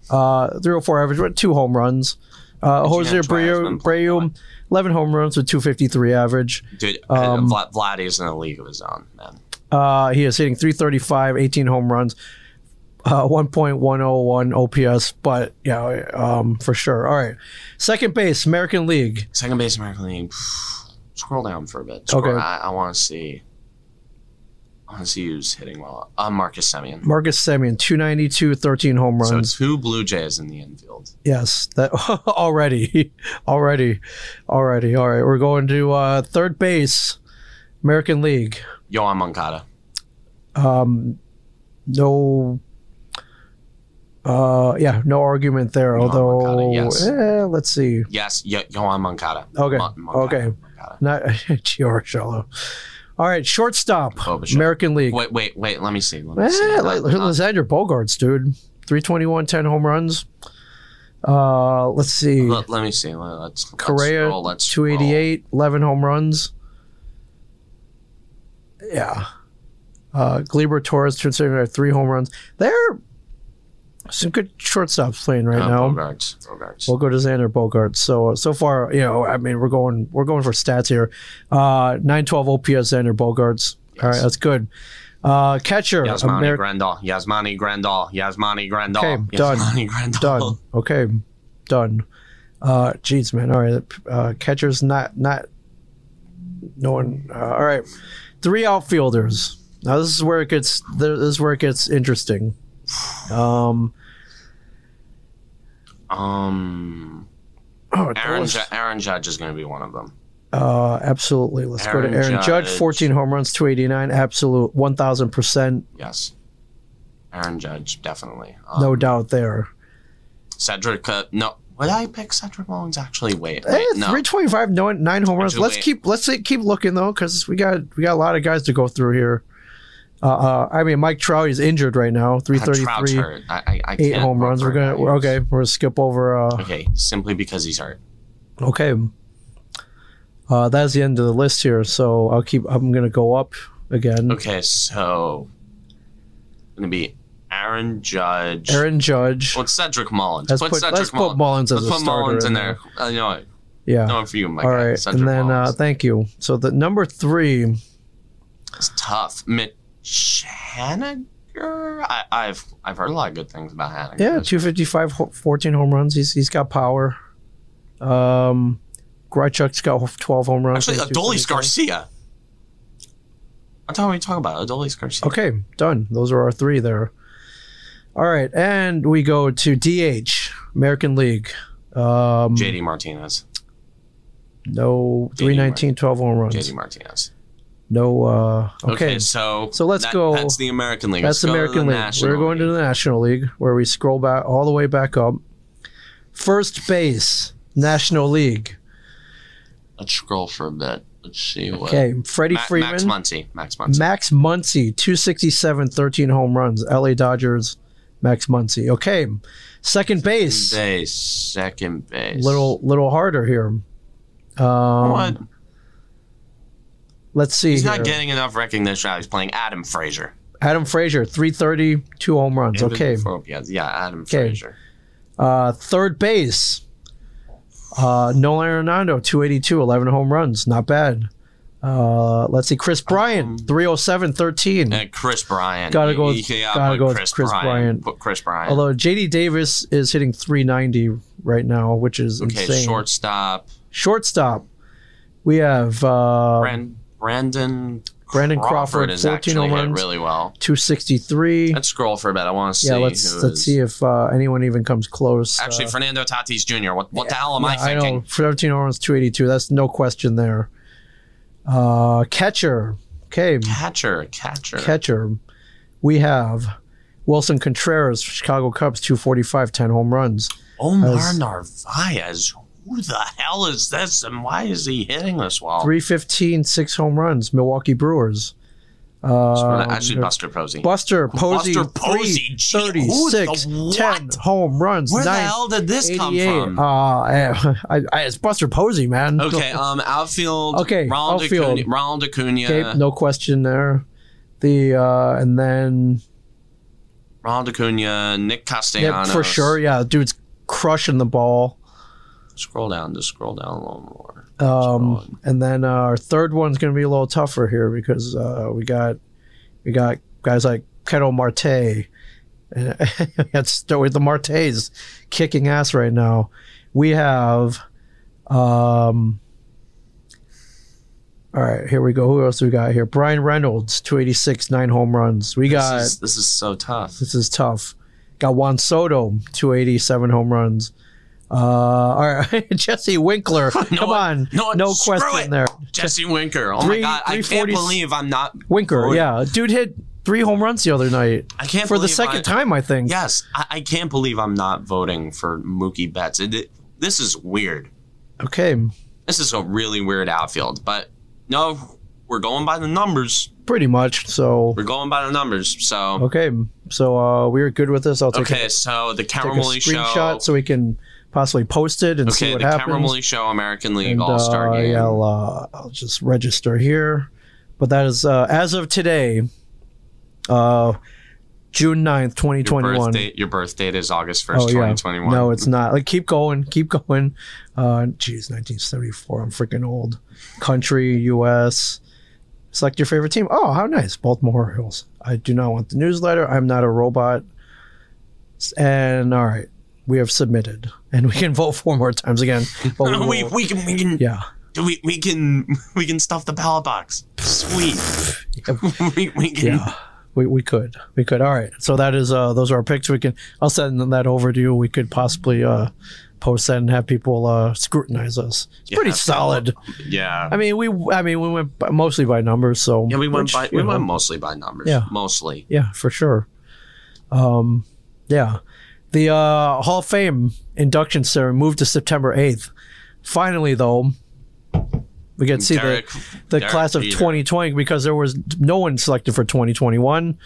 uh, three or four average, but two home runs. Uh, G-Man Jose Choi has Abreu, been playing Abreu, eleven home runs with two fifty three average. dude, um, Vlad, Vlad is in a league of his own, man. Uh, he is hitting 335, 18 home runs, uh, 1.101 OPS. But yeah, um, for sure. All right, second base, American League. Second base American League. Scroll down for a bit. Scroll- Okay. I, I want to see. I want to see who's hitting well. Uh, Marcus Semien. Marcus Semien, 292, 13 home So runs. two Blue Jays in the infield. Yes, that already, already, already. All right, we're going to uh, third base, American League. Yohan Moncada. Um, no, uh, yeah, no argument there. No, although, Moncada, yes. eh, let's see. Yes, Yo- Yohan Moncada. Okay, Mon- Moncada. okay. Moncada. Not Giorgio Shallow. All right, shortstop, Klobuchar. American League. Wait, wait, wait. Let me see. Let me Eh, see. like, Not- not- Alexander Bogarts, dude, 321, 10 home runs. Uh, let's see. let, let me see. Let, let's Correa, Let's scroll, let's scroll. 288, 11 home runs. Yeah. Uh, Gleber Torres, 275, three home runs. They're some good shortstops playing right Uh, now. Bogarts. Bogarts. We'll go to Xander Bogart. So so far, you know, I mean, we're going we're going for stats here. Uh, nine twelve OPS Xander Bogarts. All right, Yes. that's good. Uh, catcher, Yasmani Ameri- Grandal. Yasmani Grandal. Yasmani Grandal. Okay, done. Yasmani Grandal. done. Okay, done. Uh, jeez, man. All right, uh, catcher's not not. No one. Uh, all right, three outfielders. Now this is where it gets this is where it gets interesting. Um, Um, oh, Aaron, Dallas- Ju- Aaron Judge is going to be one of them. Uh, absolutely. Let's go Aaron to Aaron Judge. Judge. 14 home runs, 289, absolute 1,000%. Yes. Aaron Judge, definitely. Um, No doubt there. Cedric. Uh, no. Would I pick Cedric Mullins? Actually, wait. Eh, wait no. 325, no, nine home runs. Actually, Let's wait. keep let's say- keep looking though, because we got we got a lot of guys to go through here. Uh, uh, I mean, Mike Trout is injured right now. Ah, Trout's 333, hurt. I, I, I eight can't home vote runs. for We're gonna him. we're- okay. We're gonna skip over. Uh, Okay, simply because he's hurt. okay, uh, that's the end of the list here. So Hmm. I'll keep. I'm gonna go up again. Okay, so gonna be Aaron Judge. Aaron Judge. Well, it's Cedric Mullins. Let's put, put- Cedric let's put Mullins as let's a put starter Mullins in in there. I know it. yeah. No one for you, my All guy. right, Cedric and then uh, Mullins. thank you. So the number three, it's tough. Mitch Haniger. I, I've I've heard a lot of good things about Haniger. yeah, 255, ho- 14 home runs. He's he's got power. Um, Grychuk's got twelve home runs. Actually, He's Adolis 275. Garcia. I thought we were talking about Adolis Garcia. Okay, done. Those are our three there. All right, and we go to DH American League. Um, JD Martinez. JD, no, right. 319, 12 home runs. JD Martinez. No, uh, Okay, okay. so So let's that- go- That's the American League. That's Let's go to American the League. National We're going to the National League where we scroll back all the way back up. First base, National League. Let's scroll for a bit. Let's see what. Okay, Freddie Ma- Freeman. Max Muncy. Max Muncy. Max Muncy, 267, 13 home runs. LA Dodgers, Max Muncy. Okay, second base. base. Second base. Little little harder here. Um, What? Let's see. He's not here. getting enough recognition. He's playing Adam Frazier. Adam Frazier, 330, two home runs. Even Okay. before- Yeah, yeah, Adam Okay. Frazier. Uh, third base, uh, Nolan Arenado, 282, 11 home runs. Not bad. Uh, let's see. Chris Um, Bryant, 307, 13. And Chris Bryant. Gotta go with- You can- yeah, gotta put go with Chris Bryant. Put Chris Bryant. Although JD Davis is hitting 390 right now, which is okay, insane. shortstop. Shortstop. We have uh, Brand, Brandon. Brandon Crawford, is 14 actually home hit runs. really well. 263. Let's scroll for a bit. I want to see. yeah, let's who let's is- see if uh, anyone even comes close. Actually, Uh, Fernando Tatis Jr. What what the hell am I yeah, I know thinking? 13 home runs, 282. That's no question there. Uh, catcher. Okay. Catcher, catcher. catcher, we have Wilson Contreras, Chicago Cubs, 245, 10 home runs. Omar As- Narvaez. Who the hell is this, and why is he hitting this well? 315, 6 home runs, Milwaukee Brewers. Or Uh, actually, Buster Posey. Buster Posey, Buster Posey, gee, who the 36, what? 10 home runs, Where the 9, hell did this come 88. from? Uh, I, I, I- it's Buster Posey, man. Okay, um, outfield. Okay, Ronald outfield. Acuna. Ronald Acuna. Okay, no question there. The uh, and then Ronald Acuna. Nick yeah, Castellanos. for sure, yeah, dude's crushing the ball. Scroll down. Just scroll down a little more. Um, and then uh, our third one's going to be a little tougher here because uh, we got we got guys like Kettle Marte. And That's with the Martes kicking ass right now. We have, um, all right, here we go. Who else we got here? Brian Reynolds, two eighty six, nine home runs. We This got is, this is so tough. this is tough. Got Juan Soto, 287 home runs. Uh, all right, Jesse Winkler. come what? on, No no, what? Screw question it. there. Jesse Winker. Oh my Three- god, I can't 340 believe I'm not. Winker, Screw it. yeah, dude hit three home runs the other night I can't for the believe second I- time, I think. Yes, I, I can't believe I'm not voting for Mookie Betts. It, it- this is weird. Okay, This is a really weird outfield. But no, we're going by the numbers. pretty much. So We're going by the numbers. So okay, so uh, we're good with this. I'll take, okay, so the a, take Cameron a Woolley show. screenshot so we can possibly post it and see Okay, what the Cameron happens. Woolley show, American League And, All Star uh, Game. yeah, I'll, uh, I'll just register here. But that is uh, as of today, uh, June 9th, Your 2021. birth, date, your birth date is August 1st, Oh, yeah. 2021. No, it's not. Like, keep going, keep going. Uh, geez, 1974. I'm freaking old. Country, U.S. Select your favorite team. Oh, how nice, Baltimore Orioles. I do not want the newsletter. I'm not a robot. S- And all right, we have submitted, and we can vote four more times again. But we we, will- we can we can yeah. we, we can we can stuff the ballot box. Sweet. we, we can yeah we, we could we could all right so that is uh those are our picks we can i'll send that over to you we could possibly uh post that and have people uh scrutinize us it's Yeah, pretty so- solid yeah. i mean we i mean we went by, mostly by numbers so Yeah, we went which, by you we know, went mostly by numbers. Yeah. Mostly. yeah for sure um yeah the uh hall of fame induction ceremony moved to september 8th finally though we get to see the Derek, the Derek class of Jeter. 2020 because there was no one selected for 2021.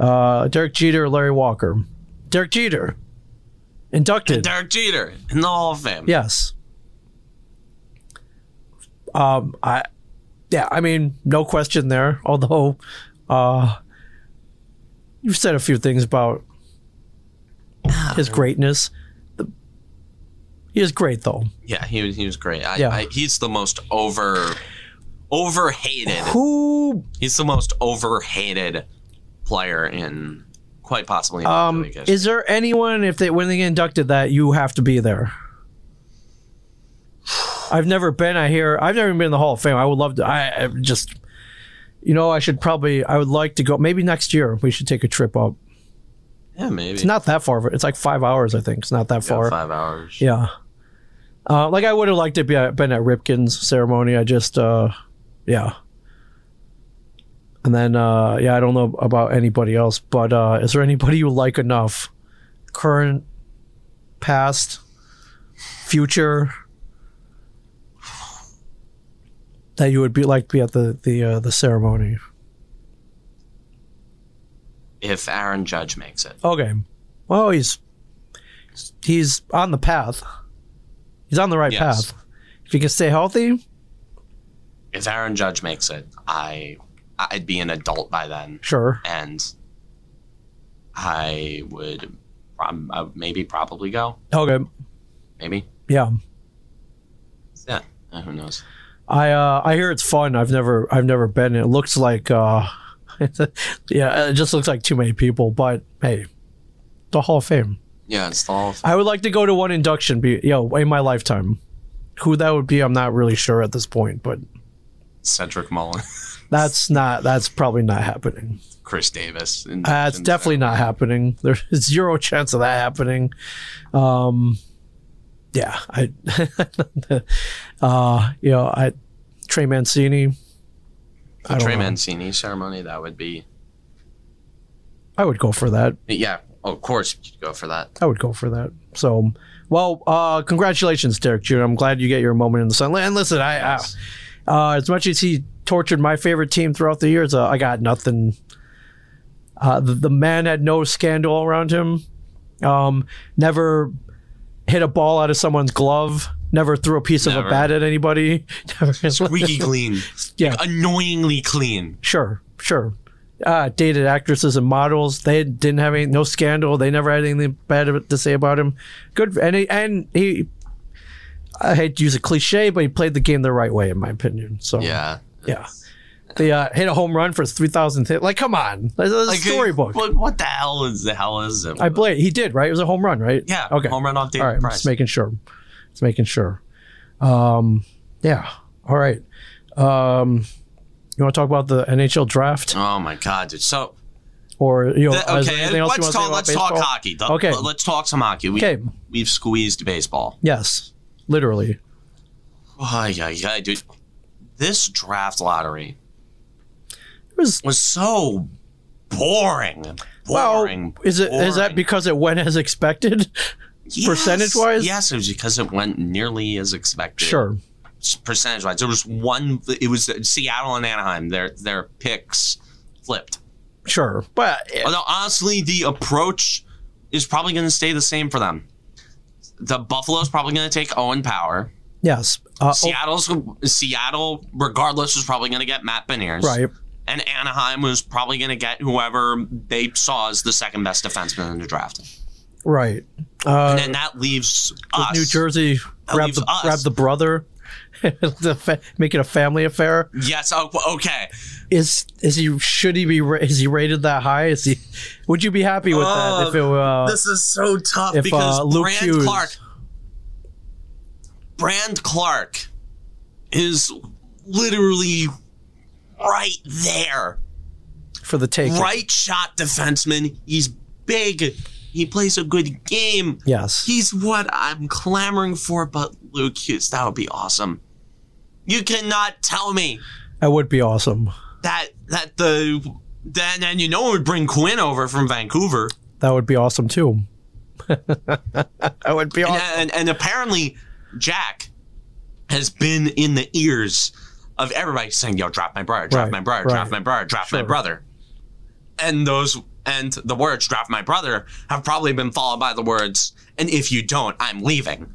Uh, Derek Jeter, Larry Walker, Derek Jeter, inducted. Derek Jeter in the Hall of Fame. yes. Um, I, yeah, I mean, no question there. Although, uh, you've said a few things about his Oh. greatness. He is great though. Yeah, he was he was great. I, Yeah. I, he's the most over over hated. Who He's the most over hated player in quite possibly in um the league. is there anyone if they when they get inducted that you have to be there? I've never been. I hear I've never even been in the Hall of Fame. I would love to. I, I just, you know, I should probably. I would like to go. Maybe next year we should take a trip up. yeah, maybe It's not that far. but It's like five hours, I think. It's not that Yeah, far. five hours. Yeah. Uh, like I would have liked to be been at Ripken's ceremony. I just, uh, yeah. And then, uh, yeah, I don't know about anybody else, but uh, is there anybody you like enough? Current, past, future, that you would be like to be at the the uh, the ceremony? If Aaron Judge makes it, Okay. Well, he's he's on the path. He's on the right Yes. path. If he can stay healthy, if Aaron Judge makes it, I I'd be an adult by then, sure. and I would prob- I would maybe probably go. Okay. Maybe Yeah. yeah. Uh, Who knows? I uh, I hear it's fun. I've never I've never been. It looks like uh, yeah, it just looks like too many people. But hey, the Hall of Fame. Yeah, it's the whole. I would like to go to one induction. Be yo in my lifetime. Who that would be, I'm not really sure at this point. But Cedric Mullin, that's not that's probably not happening. Chris Davis. and- Uh, it's and- definitely not happening. There's zero chance of that happening. Um, yeah, I, uh, you know, I, Trey Mancini. I the don't Trey know. Mancini ceremony. That would be I would go for that. yeah. Of course, you'd go for that. I would go for that. So, well, uh, congratulations, Derek Jeter. I'm glad you get your moment in the sun. And listen, I, I uh, as much as he tortured my favorite team throughout the years, uh, I got nothing. Uh, the, the man had no scandal around him. Um, never hit a ball out of someone's glove. Never threw a piece of a Never. bat at anybody. Squeaky clean, yeah, annoyingly clean. sure, sure. Uh, dated actresses and models. They didn't have any no scandal. They never had anything bad to say about him. Good and he, and he. I hate to use a cliche, but he played the game the right way, in my opinion. So Yeah. yeah. They uh, hit a home run for three thousand. Th- like, come on, that's a Like, storybook. What, what the hell is the hell is it? I blame. He did right. It was a home run, right? yeah. Okay. Home run off David All right. I'm Price. just making sure. Just making sure. Um. Yeah. All right. Um. You want to talk about the NHL draft? oh my god, dude. So or you know, th- Oh, is there okay, anything else you let's want to say talk. about Let's talk baseball? hockey. Th- Okay. Let's talk some hockey. We, Okay. We've squeezed baseball. Yes, literally. Oh yeah, yeah, dude. This draft lottery It was was so boring. well. Boring. Is it is that boring. because it went as expected? Yes, percentage-wise? Yes, it was because it went nearly as expected. Sure. percentage wise. There was one. It was Seattle and Anaheim. Their their picks flipped. Sure. But eh, Although honestly, the approach is probably going to stay the same for them. The Buffalo's probably going to take Owen Power. yes. Uh, oh, Seattle's Seattle, regardless, is probably going to get Matt Beniers. right. And Anaheim was probably going to get whoever they saw as the second best defenseman in the draft. Right. Uh, And then that leaves us. New Jersey grabbed leaves the us. grabbed the brother. the fa- make it a family affair. Yes. Oh, okay. Is is he should he be ra- is he rated that high? Is he? Would you be happy with that if it were? Uh, this is so tough if, because uh, Luke Brand Hughes- Clark, Brand Clark, is literally right there, for the take? right shot defenseman. He's big. He plays a good game. Yes. He's what I'm clamoring for. But Luke Hughes, that would be awesome. You cannot tell me that would be awesome. that that the then and you know it would bring Quinn over from Vancouver. That would be awesome too. that would be awesome. and, and, and apparently Jack has been in the ears of everybody saying, "Yo, drop my brother, drop Right, my brother, right. drop my brother, drop my Sure. brother," and those and the words "drop my brother" have probably been followed by the words "and if you don't, I'm leaving."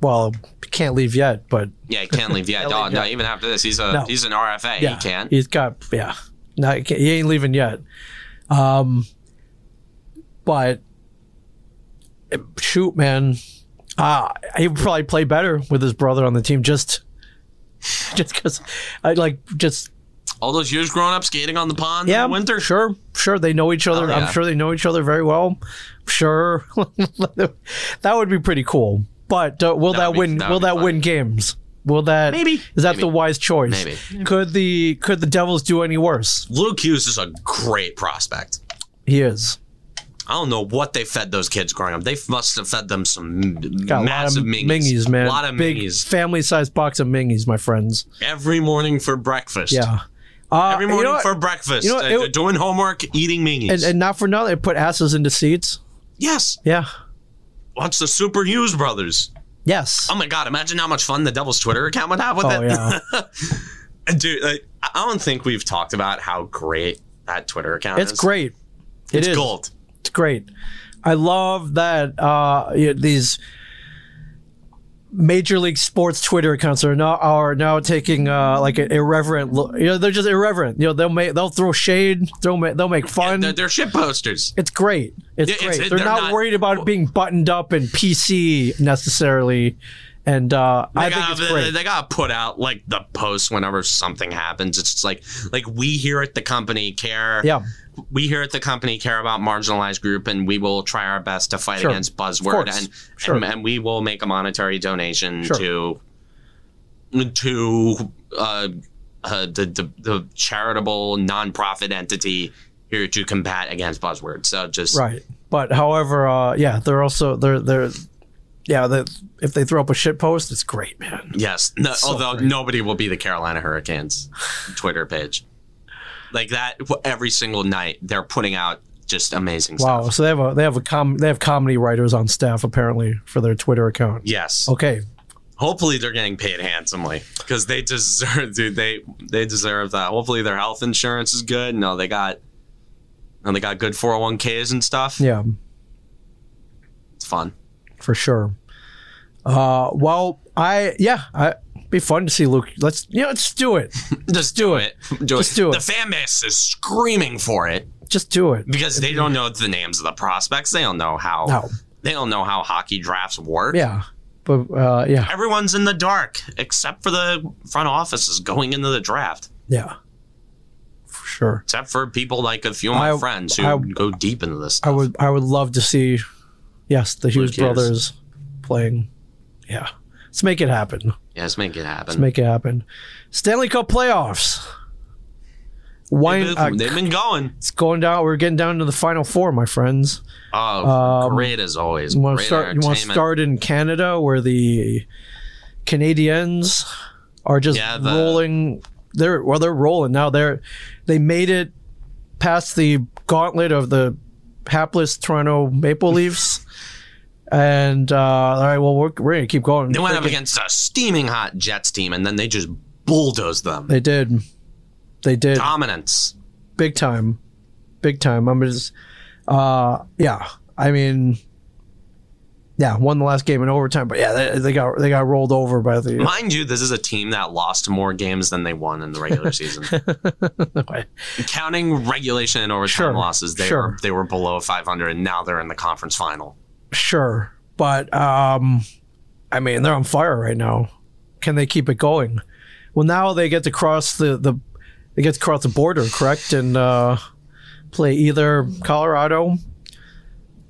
Well, can't leave yet, but Yeah, he can't leave. Yeah, Can't no, leave, no, yeah. even after this, he's a No. he's an RFA. yeah, He can't. He's got yeah. No, he, can't, he ain't leaving yet. Um, but shoot, man, ah, he would probably play better with his brother on the team just, just because, I like just All those years growing up skating on the pond in the winter. Sure, sure. They know each other. Oh, yeah. I'm sure they know each other very well. Sure, that would be pretty cool. But uh, will That that, would be- win? that will would be that fun. win games? Will that Maybe. is that Maybe. the wise choice? Maybe. Could the could the Devils do any worse? Luke Hughes is a great prospect. He is. I don't know what they fed those kids growing up. They must have fed them some m- Got massive a lot of mingies, man. A lot of Big mingies family-sized box of mingies, my friends. every morning for breakfast. Yeah. Uh, every you know morning what? for breakfast. you know what? Uh, It- they're doing homework, eating mingies. and, and not for nothing, it put asses into seats. yes, Yeah. watch the Super Hughes brothers. Yes. Oh my god! Imagine how much fun the Devil's Twitter account would have with oh it. yeah. Dude, like, I I don't think we've talked about how great that Twitter account It's is. great. It It's is. gold. It's great. I love that uh, you- these major league sports Twitter accounts are now are now taking uh, like an irreverent. Look. You know, they're just irreverent. You know, they'll make they'll throw shade. They'll make they'll make fun. They're, they're shit posters. it's great. It's Yeah, it's- great. they're, they're not, not- worried about being buttoned up and PC necessarily. And uh, They I think gotta, it's great. they, they gotta put out like the posts whenever something happens. It's just like like we here at the company care. yeah, we here at the company care about marginalized group, and we will try our best to fight Sure. against buzzword, course. and, Sure. and and we will make a monetary donation Sure. to to uh, uh, the, the the charitable nonprofit entity here to combat against buzzword. So just right. But however, uh, yeah, they're also they're they're yeah. They, if they throw up a shit post, it's great, man. Yes. No, So although great. nobody will be the Carolina Hurricanes Twitter page. Like that every single night they're putting out just amazing Wow. stuff. So they have a they have a com they have comedy writers on staff apparently for their Twitter account. Yes. Okay. Hopefully they're getting paid handsomely because they deserve dude, they they deserve that. Hopefully their health insurance is good. No, they got no, they got good 401ks and stuff. Yeah, It's fun. for sure. Uh well I yeah, I be fun to see Luke. Let's yeah, let's do it. Just do it. Do Just do it. The fan base is screaming for it Just do it. because they don't know the names of the prospects. They don't know how No. they don't know how hockey drafts work. Yeah. But uh yeah, everyone's in the dark except for the front offices going into the draft yeah. For sure. except for people like a few of my I- friends who I- go deep into this I would I would love to see yes, the Luke Hughes. Hughes brothers playing. Yeah. Let's make it happen. yeah let's make it happen Let's make it happen. Stanley Cup playoffs. Wine they've, uh, been, they've been going It's going down. We're getting down to the final four, my friends. oh um, great as always You want to Great start? You want to entertainment. start in Canada, where the Canadians are just Yeah, the- rolling. They're well, they're rolling now. They're they made it past the gauntlet of the hapless Toronto Maple Leafs, and uh, all right, well, we're, we're gonna keep going. they went up against a steaming hot jets team and then they just bulldozed them They did, they did. dominance big time, big time. I'm just, uh, yeah. I mean, yeah, won the last game in overtime, but yeah, they, they got they got rolled over by the. mind you this is a team that lost more games than they won in the regular season counting regulation and overtime Sure, losses they sure. were they were below 500 and now they're in the conference final sure, but um, I mean, they're on fire right now. Can they keep it going? Well, now they get to cross the the they get to cross the border, correct, and uh, play either Colorado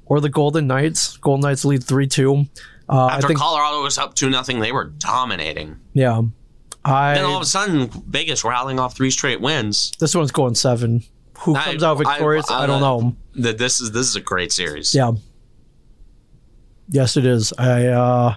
or the Golden Knights. Golden Knights lead three two. Uh, I After think, Colorado was up two nothing, they were dominating. yeah. I, Then all of a sudden, Vegas were rattling off three straight wins. This one's going seven. Who I- comes out victorious? I, I- don't know. That this is this is a great series. Yeah. Yes, it is. I. uh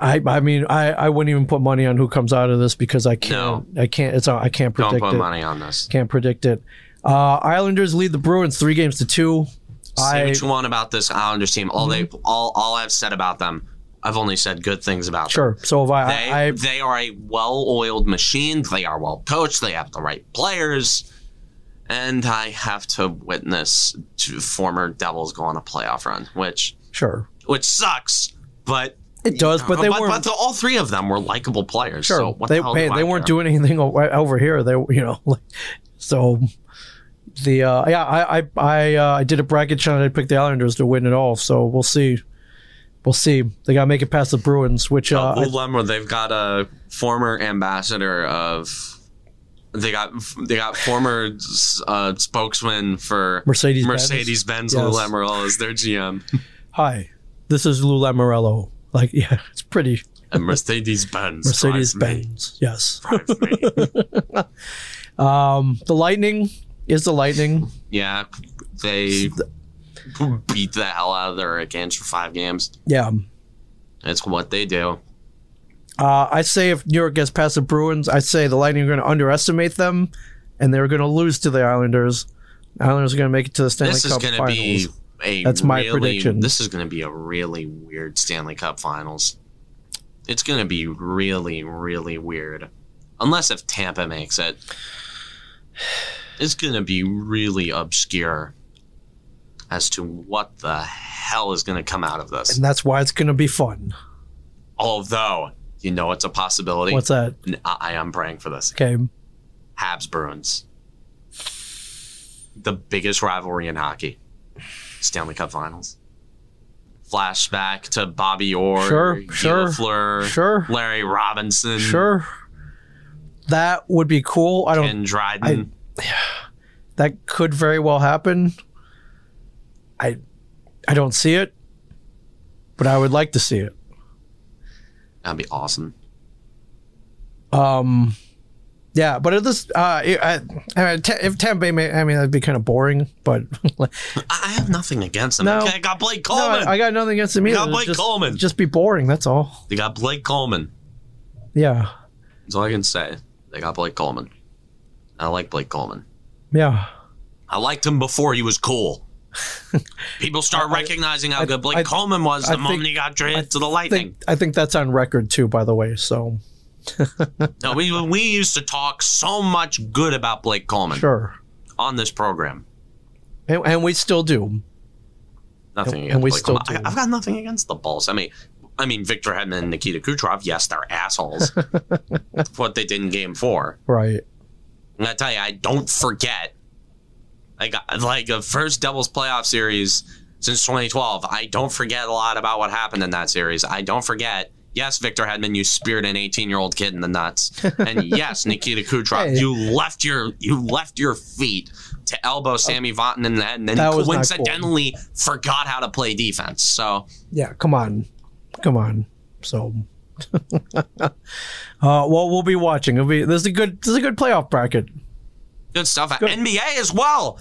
I, I mean I, I wouldn't even put money on who comes out of this because I can't I can't it's uh, I can't Don't predict put it money on this. can't predict it. Uh, Islanders lead the Bruins three games to two. Say I Mm-hmm. what you want about this Islanders team. All they all all I've said about them, I've only said good things about them. sure so have I. They I, I they are a well oiled machine. They are well coached. They have the right players. And I have to witness two former Devils go on a playoff run, which sure which sucks, but it does but they but, weren't but the- all three of them were likable players. sure So what they the hell hey, do I they weren't care? doing anything o- over here they you know like, so the uh, yeah, I I I, uh, I did a bracket shot and I picked the Islanders to win it all. So we'll see, we'll see. They gotta make it past the Bruins, which uh, I- Old Lumber, they've got a former ambassador of. They got they got former uh, spokesman for Mercedes-Benz. Mercedes Benz Yes. Lamarel as their GM. hi, this is Lou Lamorello. Like yeah, it's pretty And Mercedes Benz. Mercedes Benz. Yes, Um, the Lightning is the Lightning. yeah, they beat the hell out of the Hurricanes for five games. Yeah. That's what they do. Uh, I say if New York gets past the Bruins, I say the Lightning are going to underestimate them, and they're going to lose to the Islanders. Islanders are going to make it to the Stanley This is Cup going to Finals. be a That's my really- prediction. This is going to be a really weird Stanley Cup Finals. It's going to be really, really weird, unless if Tampa makes it. It's going to be really obscure as to what the hell is going to come out of this. and that's why it's going to be fun. Although you know it's a possibility. What's that? N- I, I am praying for this. Okay, Habs Bruins, the biggest rivalry in hockey. Stanley Cup Finals. Flashback to Bobby Orr, Sure, Guy sure, Lafleur, sure. Larry Robinson, sure, that would be cool. I don't. Ken Dryden. that could very well happen. I, I don't see it, but I would like to see it. That'd be awesome. Um, yeah, but at this, uh, it, I, I mean, Ta- if Tampa Bay, may, I mean, that'd be kind of boring. But no, I, I have nothing against them. No. Okay, I got Blake Coleman. I, I got nothing against them got either. Blake just, Coleman. just be boring. That's all. they got Blake Coleman. Yeah, That's all I can say. They got Blake Coleman. I like Blake Coleman. yeah. I liked him before he was cool. People start recognizing how good Blake I- Coleman was the I moment think- he got I traded to the I Lightning. think I think that's on record too. By the way, so No, we we used to talk so much good about Blake Coleman sure, on this program. and, and we still do. Nothing And- against and we Blake still Coleman. do. I, I've got nothing against the Bulls. I mean, I mean Victor Hedman and Nikita Kucherov. Yes, they're assholes. That's what they did in Game Four. Right. And I tell you, I don't forget. Like like the first Devils playoff series since 2012. I don't forget a lot about what happened in that series. I don't forget. Yes, Victor Hedman, you speared an 18-year-old kid in the nuts, and yes, Nikita Kucherov, Hey. you left your you left your feet to elbow Sammy Vatanen in the head, and then That was not cool. coincidentally forgot how to play defense. So Yeah. Come on, come on. So. uh, well, we'll be watching. It'll be this is a good this is a good playoff bracket. good stuff. NBA as well.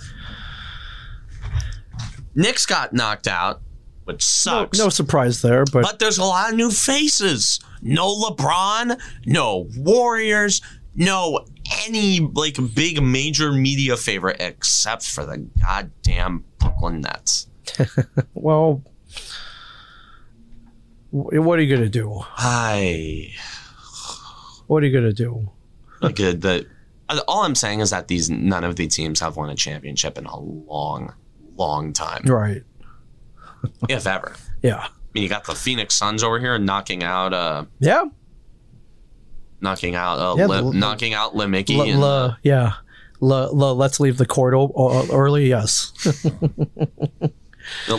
Knicks got knocked out, which sucks. No surprise there, but, but there's a lot of new faces. No LeBron, no Warriors, no any like big major media favorite except for the goddamn Brooklyn Nets. well, wh- what are you gonna do? I What are you gonna do? good that all I'm saying is that these none of the teams have won a championship in a long, long time, Right. if ever. Yeah. I mean, you got the Phoenix Suns over here knocking out, uh, Yeah. knocking out, uh, Yeah, Lim- the- the- knocking out Lemicky. La, and- la, yeah. La, la, let's leave the court o- o- early. Yes. The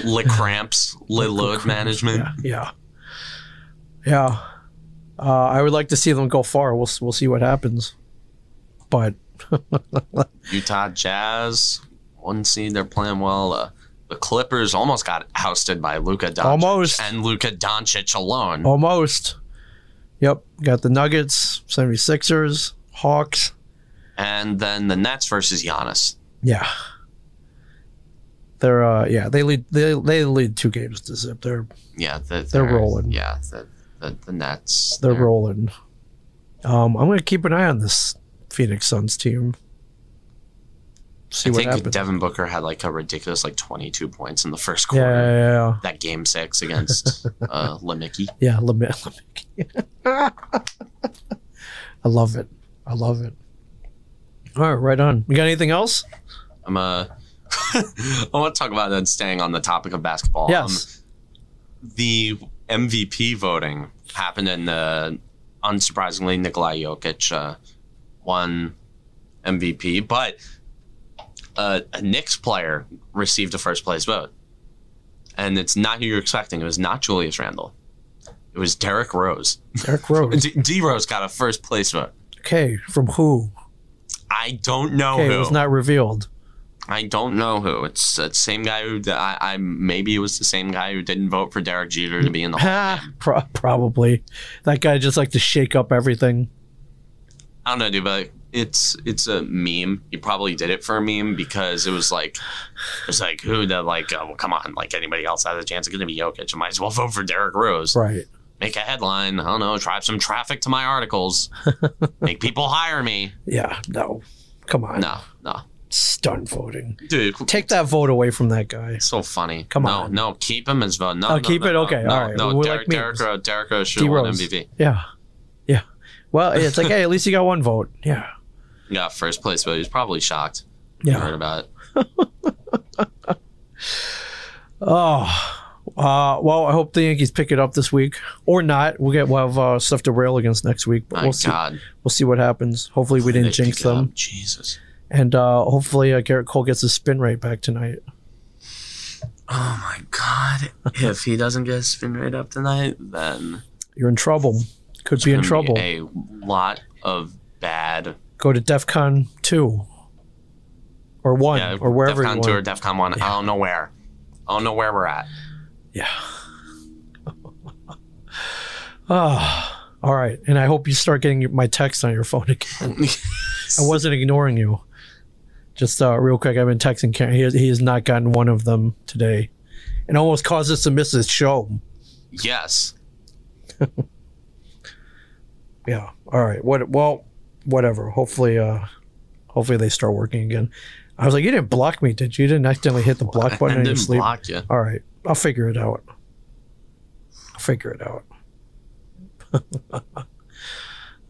Lick cramps, Lid load management. Yeah. Yeah. Yeah. Uh, I would like to see them go far. We'll s- we'll see what happens. But Utah Jazz, one seed, they're playing well. Uh, the Clippers almost got ousted by Luka Doncic. Almost. Oh. And Luka Doncic alone. almost. Yep. Got the Nuggets, 76ers, Hawks. And then the Nets versus Giannis. Yeah. They're uh yeah, they lead they they lead two games to zip. They're Yeah, the, They're rolling. Yeah, the, the, the Nets. they're rolling. Um I'm gonna keep an eye on this Phoenix Suns team. I See what think happens. Devin Booker had like a ridiculous like 22 points in the first yeah, quarter. yeah, yeah. That game six against uh, Lemicki. Yeah, limit. I love it. I love it. All right, right on. You got anything else? I'm uh, I want to talk about that staying on the topic of basketball. Um, yes. the MVP voting happened, and uh, unsurprisingly, Nikolai Jokic uh, won MVP. But a, a Knicks player received a first place vote. And it's not who you're expecting. It was not Julius Randle. It was Derek Rose. Derek Rose. D, D Rose got a first place vote. Okay, from who? I don't know Okay, it who. was not revealed. I don't know who. It's the same guy who that I, I maybe it was the same guy who didn't vote for Derek Jeter to be in the Hall. Ha, pro- probably. That guy just like to shake up everything. I don't know, dude, but it's it's a meme. He probably did it for a meme because it was like it's like who the like oh, well, come on, like anybody else has a chance. It's gonna be Jokic. I might as well vote for Derek Rose. Right. Make a headline. I don't know. Drive some traffic to my articles. Make people hire me. Yeah, no. Come on. No, no, Stun voting. dude. Take that vote away from that guy. So funny. Come no, on. No, keep him as well. No, Oh, no, keep no, it? no, Okay, No, all right. No, We're Derek, like Derek, memes. Rose, Derek Rose should D have won Rose. MVP. Yeah. Yeah. Well, it's like, hey, at least you got one vote. Yeah. Yeah, first place, but he was probably shocked. Yeah. Yeah. Heard about it. Oh. Uh, well, I hope the Yankees pick it up this week or not. We'll get we'll have uh, stuff to rail against next week, but My we'll see. God. We'll see what happens. Hopefully, we They didn't jinx pick it up. them, Jesus. and uh, hopefully, uh, Garrett Cole gets his spin rate back tonight. Oh my God. if he doesn't get his spin rate up tonight, then You're in trouble. Could be in gonna be trouble. a lot of bad. Go to DEF CON two or one Yeah, or wherever DEFCON you two or want. DEFCON one. I don't know where. I don't know where we're at. Yeah. Ah, all right. And I hope you start getting your- my text on your phone again. I wasn't ignoring you. Just uh, real quick, I've been texting Karen. He has, he has not gotten one of them today, and almost caused us to miss his show. Yes. Yeah. All right. What? Well, whatever. Hopefully, uh, hopefully they start working again. I was like, you didn't block me, did you? You didn't accidentally hit the block I button in your didn't sleep. block you. All right. I'll figure it out. I'll figure it out.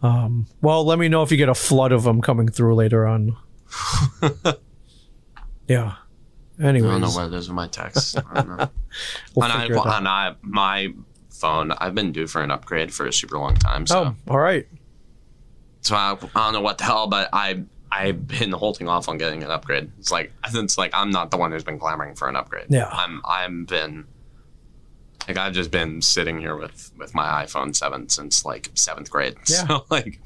um, well, let me know if you get a flood of them coming through later on. yeah. I don't know Anyways, where those are my texts. I don't know. we'll and I, figure it out. and I, my phone, I've been due for an upgrade for a super long time. So, Oh, all right. so I, I don't know what the hell, but I, I've been holding off on getting an upgrade. It's like, it's like I'm not the one who's been clamoring for an upgrade. Yeah. I'm, I'm been, like I've just been sitting here with with my iPhone seven since like seventh grade. Yeah. So like,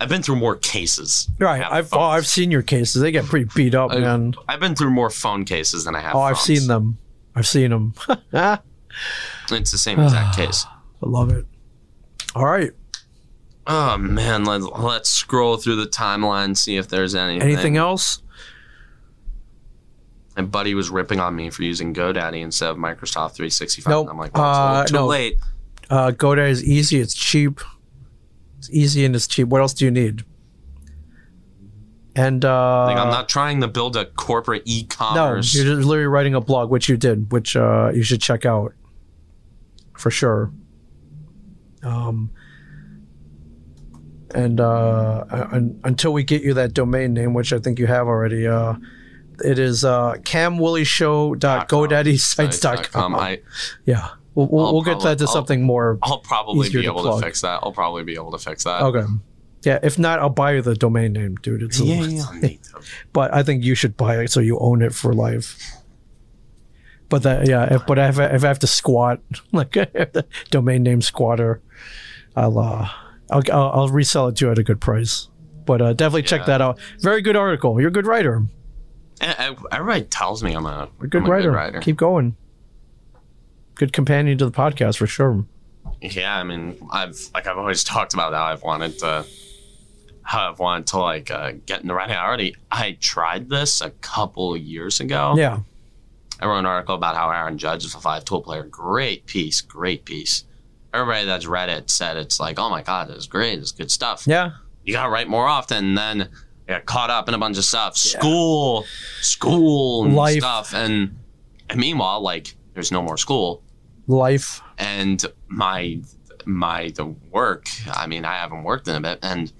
I've been through more cases. than I Right. have I've oh, phones. I've seen your cases. They get pretty beat up, I- man. I've been through more phone cases than I have. Oh, I've phones. seen them. I've seen them. I It's the same exact case. love it. All right. Oh man, let's let's scroll through the timeline see if there's anything. Anything else? My buddy was ripping on me for using GoDaddy instead of Microsoft 365. Nope. And I'm like, well, Uh, it's a little too no. late. Uh, GoDaddy is easy. It's cheap. It's easy and it's cheap. What else do you need? And uh, Like, I'm not trying to build a corporate no, you're e-commerce. just literally writing a blog, which you did, which uh, you should check out for sure. Um, and uh, un- until we get you that domain name, which I think you have already, uh, it is uh, Sites.com. camwillyshow.godaddysites.com. um, I, Yeah, we'll, we'll, I'll we'll get probably- that to I'll- something more I'll probably Easier be to able plug. to fix that. I'll probably be able to fix that. Okay. Yeah, if not, I'll buy you the domain name, dude. It's a- Yeah, yeah, I'll need to. But I think you should buy it so you own it for life. But that, yeah, if, but if I, if I have to squat, like the domain name squatter, I'll, uh, I'll, I'll, I'll resell it to you at a good price. But uh, definitely check Yeah. that out. Very good article. You're a good writer. And- and Everybody tells me I'm a, You're a good I'm a writer. good writer. Keep going. Good companion to the podcast for sure. yeah i mean i've like i've always talked about how i've wanted to how i've wanted to like uh, get in the writing i already i tried this a couple years ago Yeah. i wrote an article about how aaron judge is a five tool player great piece great piece everybody that's read it said it's like oh my god this is great it's good stuff Yeah. you gotta write more often and then I got caught up in a bunch of stuff school school and Life. stuff and, and meanwhile like there's no more school Life. and my my the work i mean i haven't worked in a bit and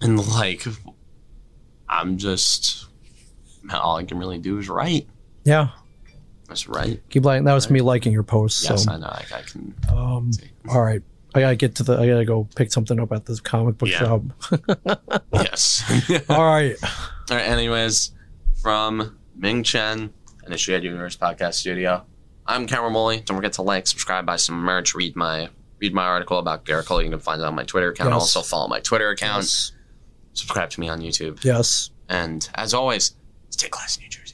and like i'm just all i can really do is write Yeah. that's right Keep liking. That was me liking your posts. yes so. i know like i can Um, see. all right. I gotta get to the. I gotta go pick something up at this comic book Yeah. shop. Yes. All right. All right, anyways, from Ming Chen and the Shared Universe Podcast Studio, I'm Cameron Moley. Don't forget to like, subscribe, buy some merch, read my read my article about Garrickle. You can find it on my Twitter account. Yes. Also follow my Twitter account. Yes. Subscribe to me on YouTube. Yes. And as always, stay classy, New Jersey.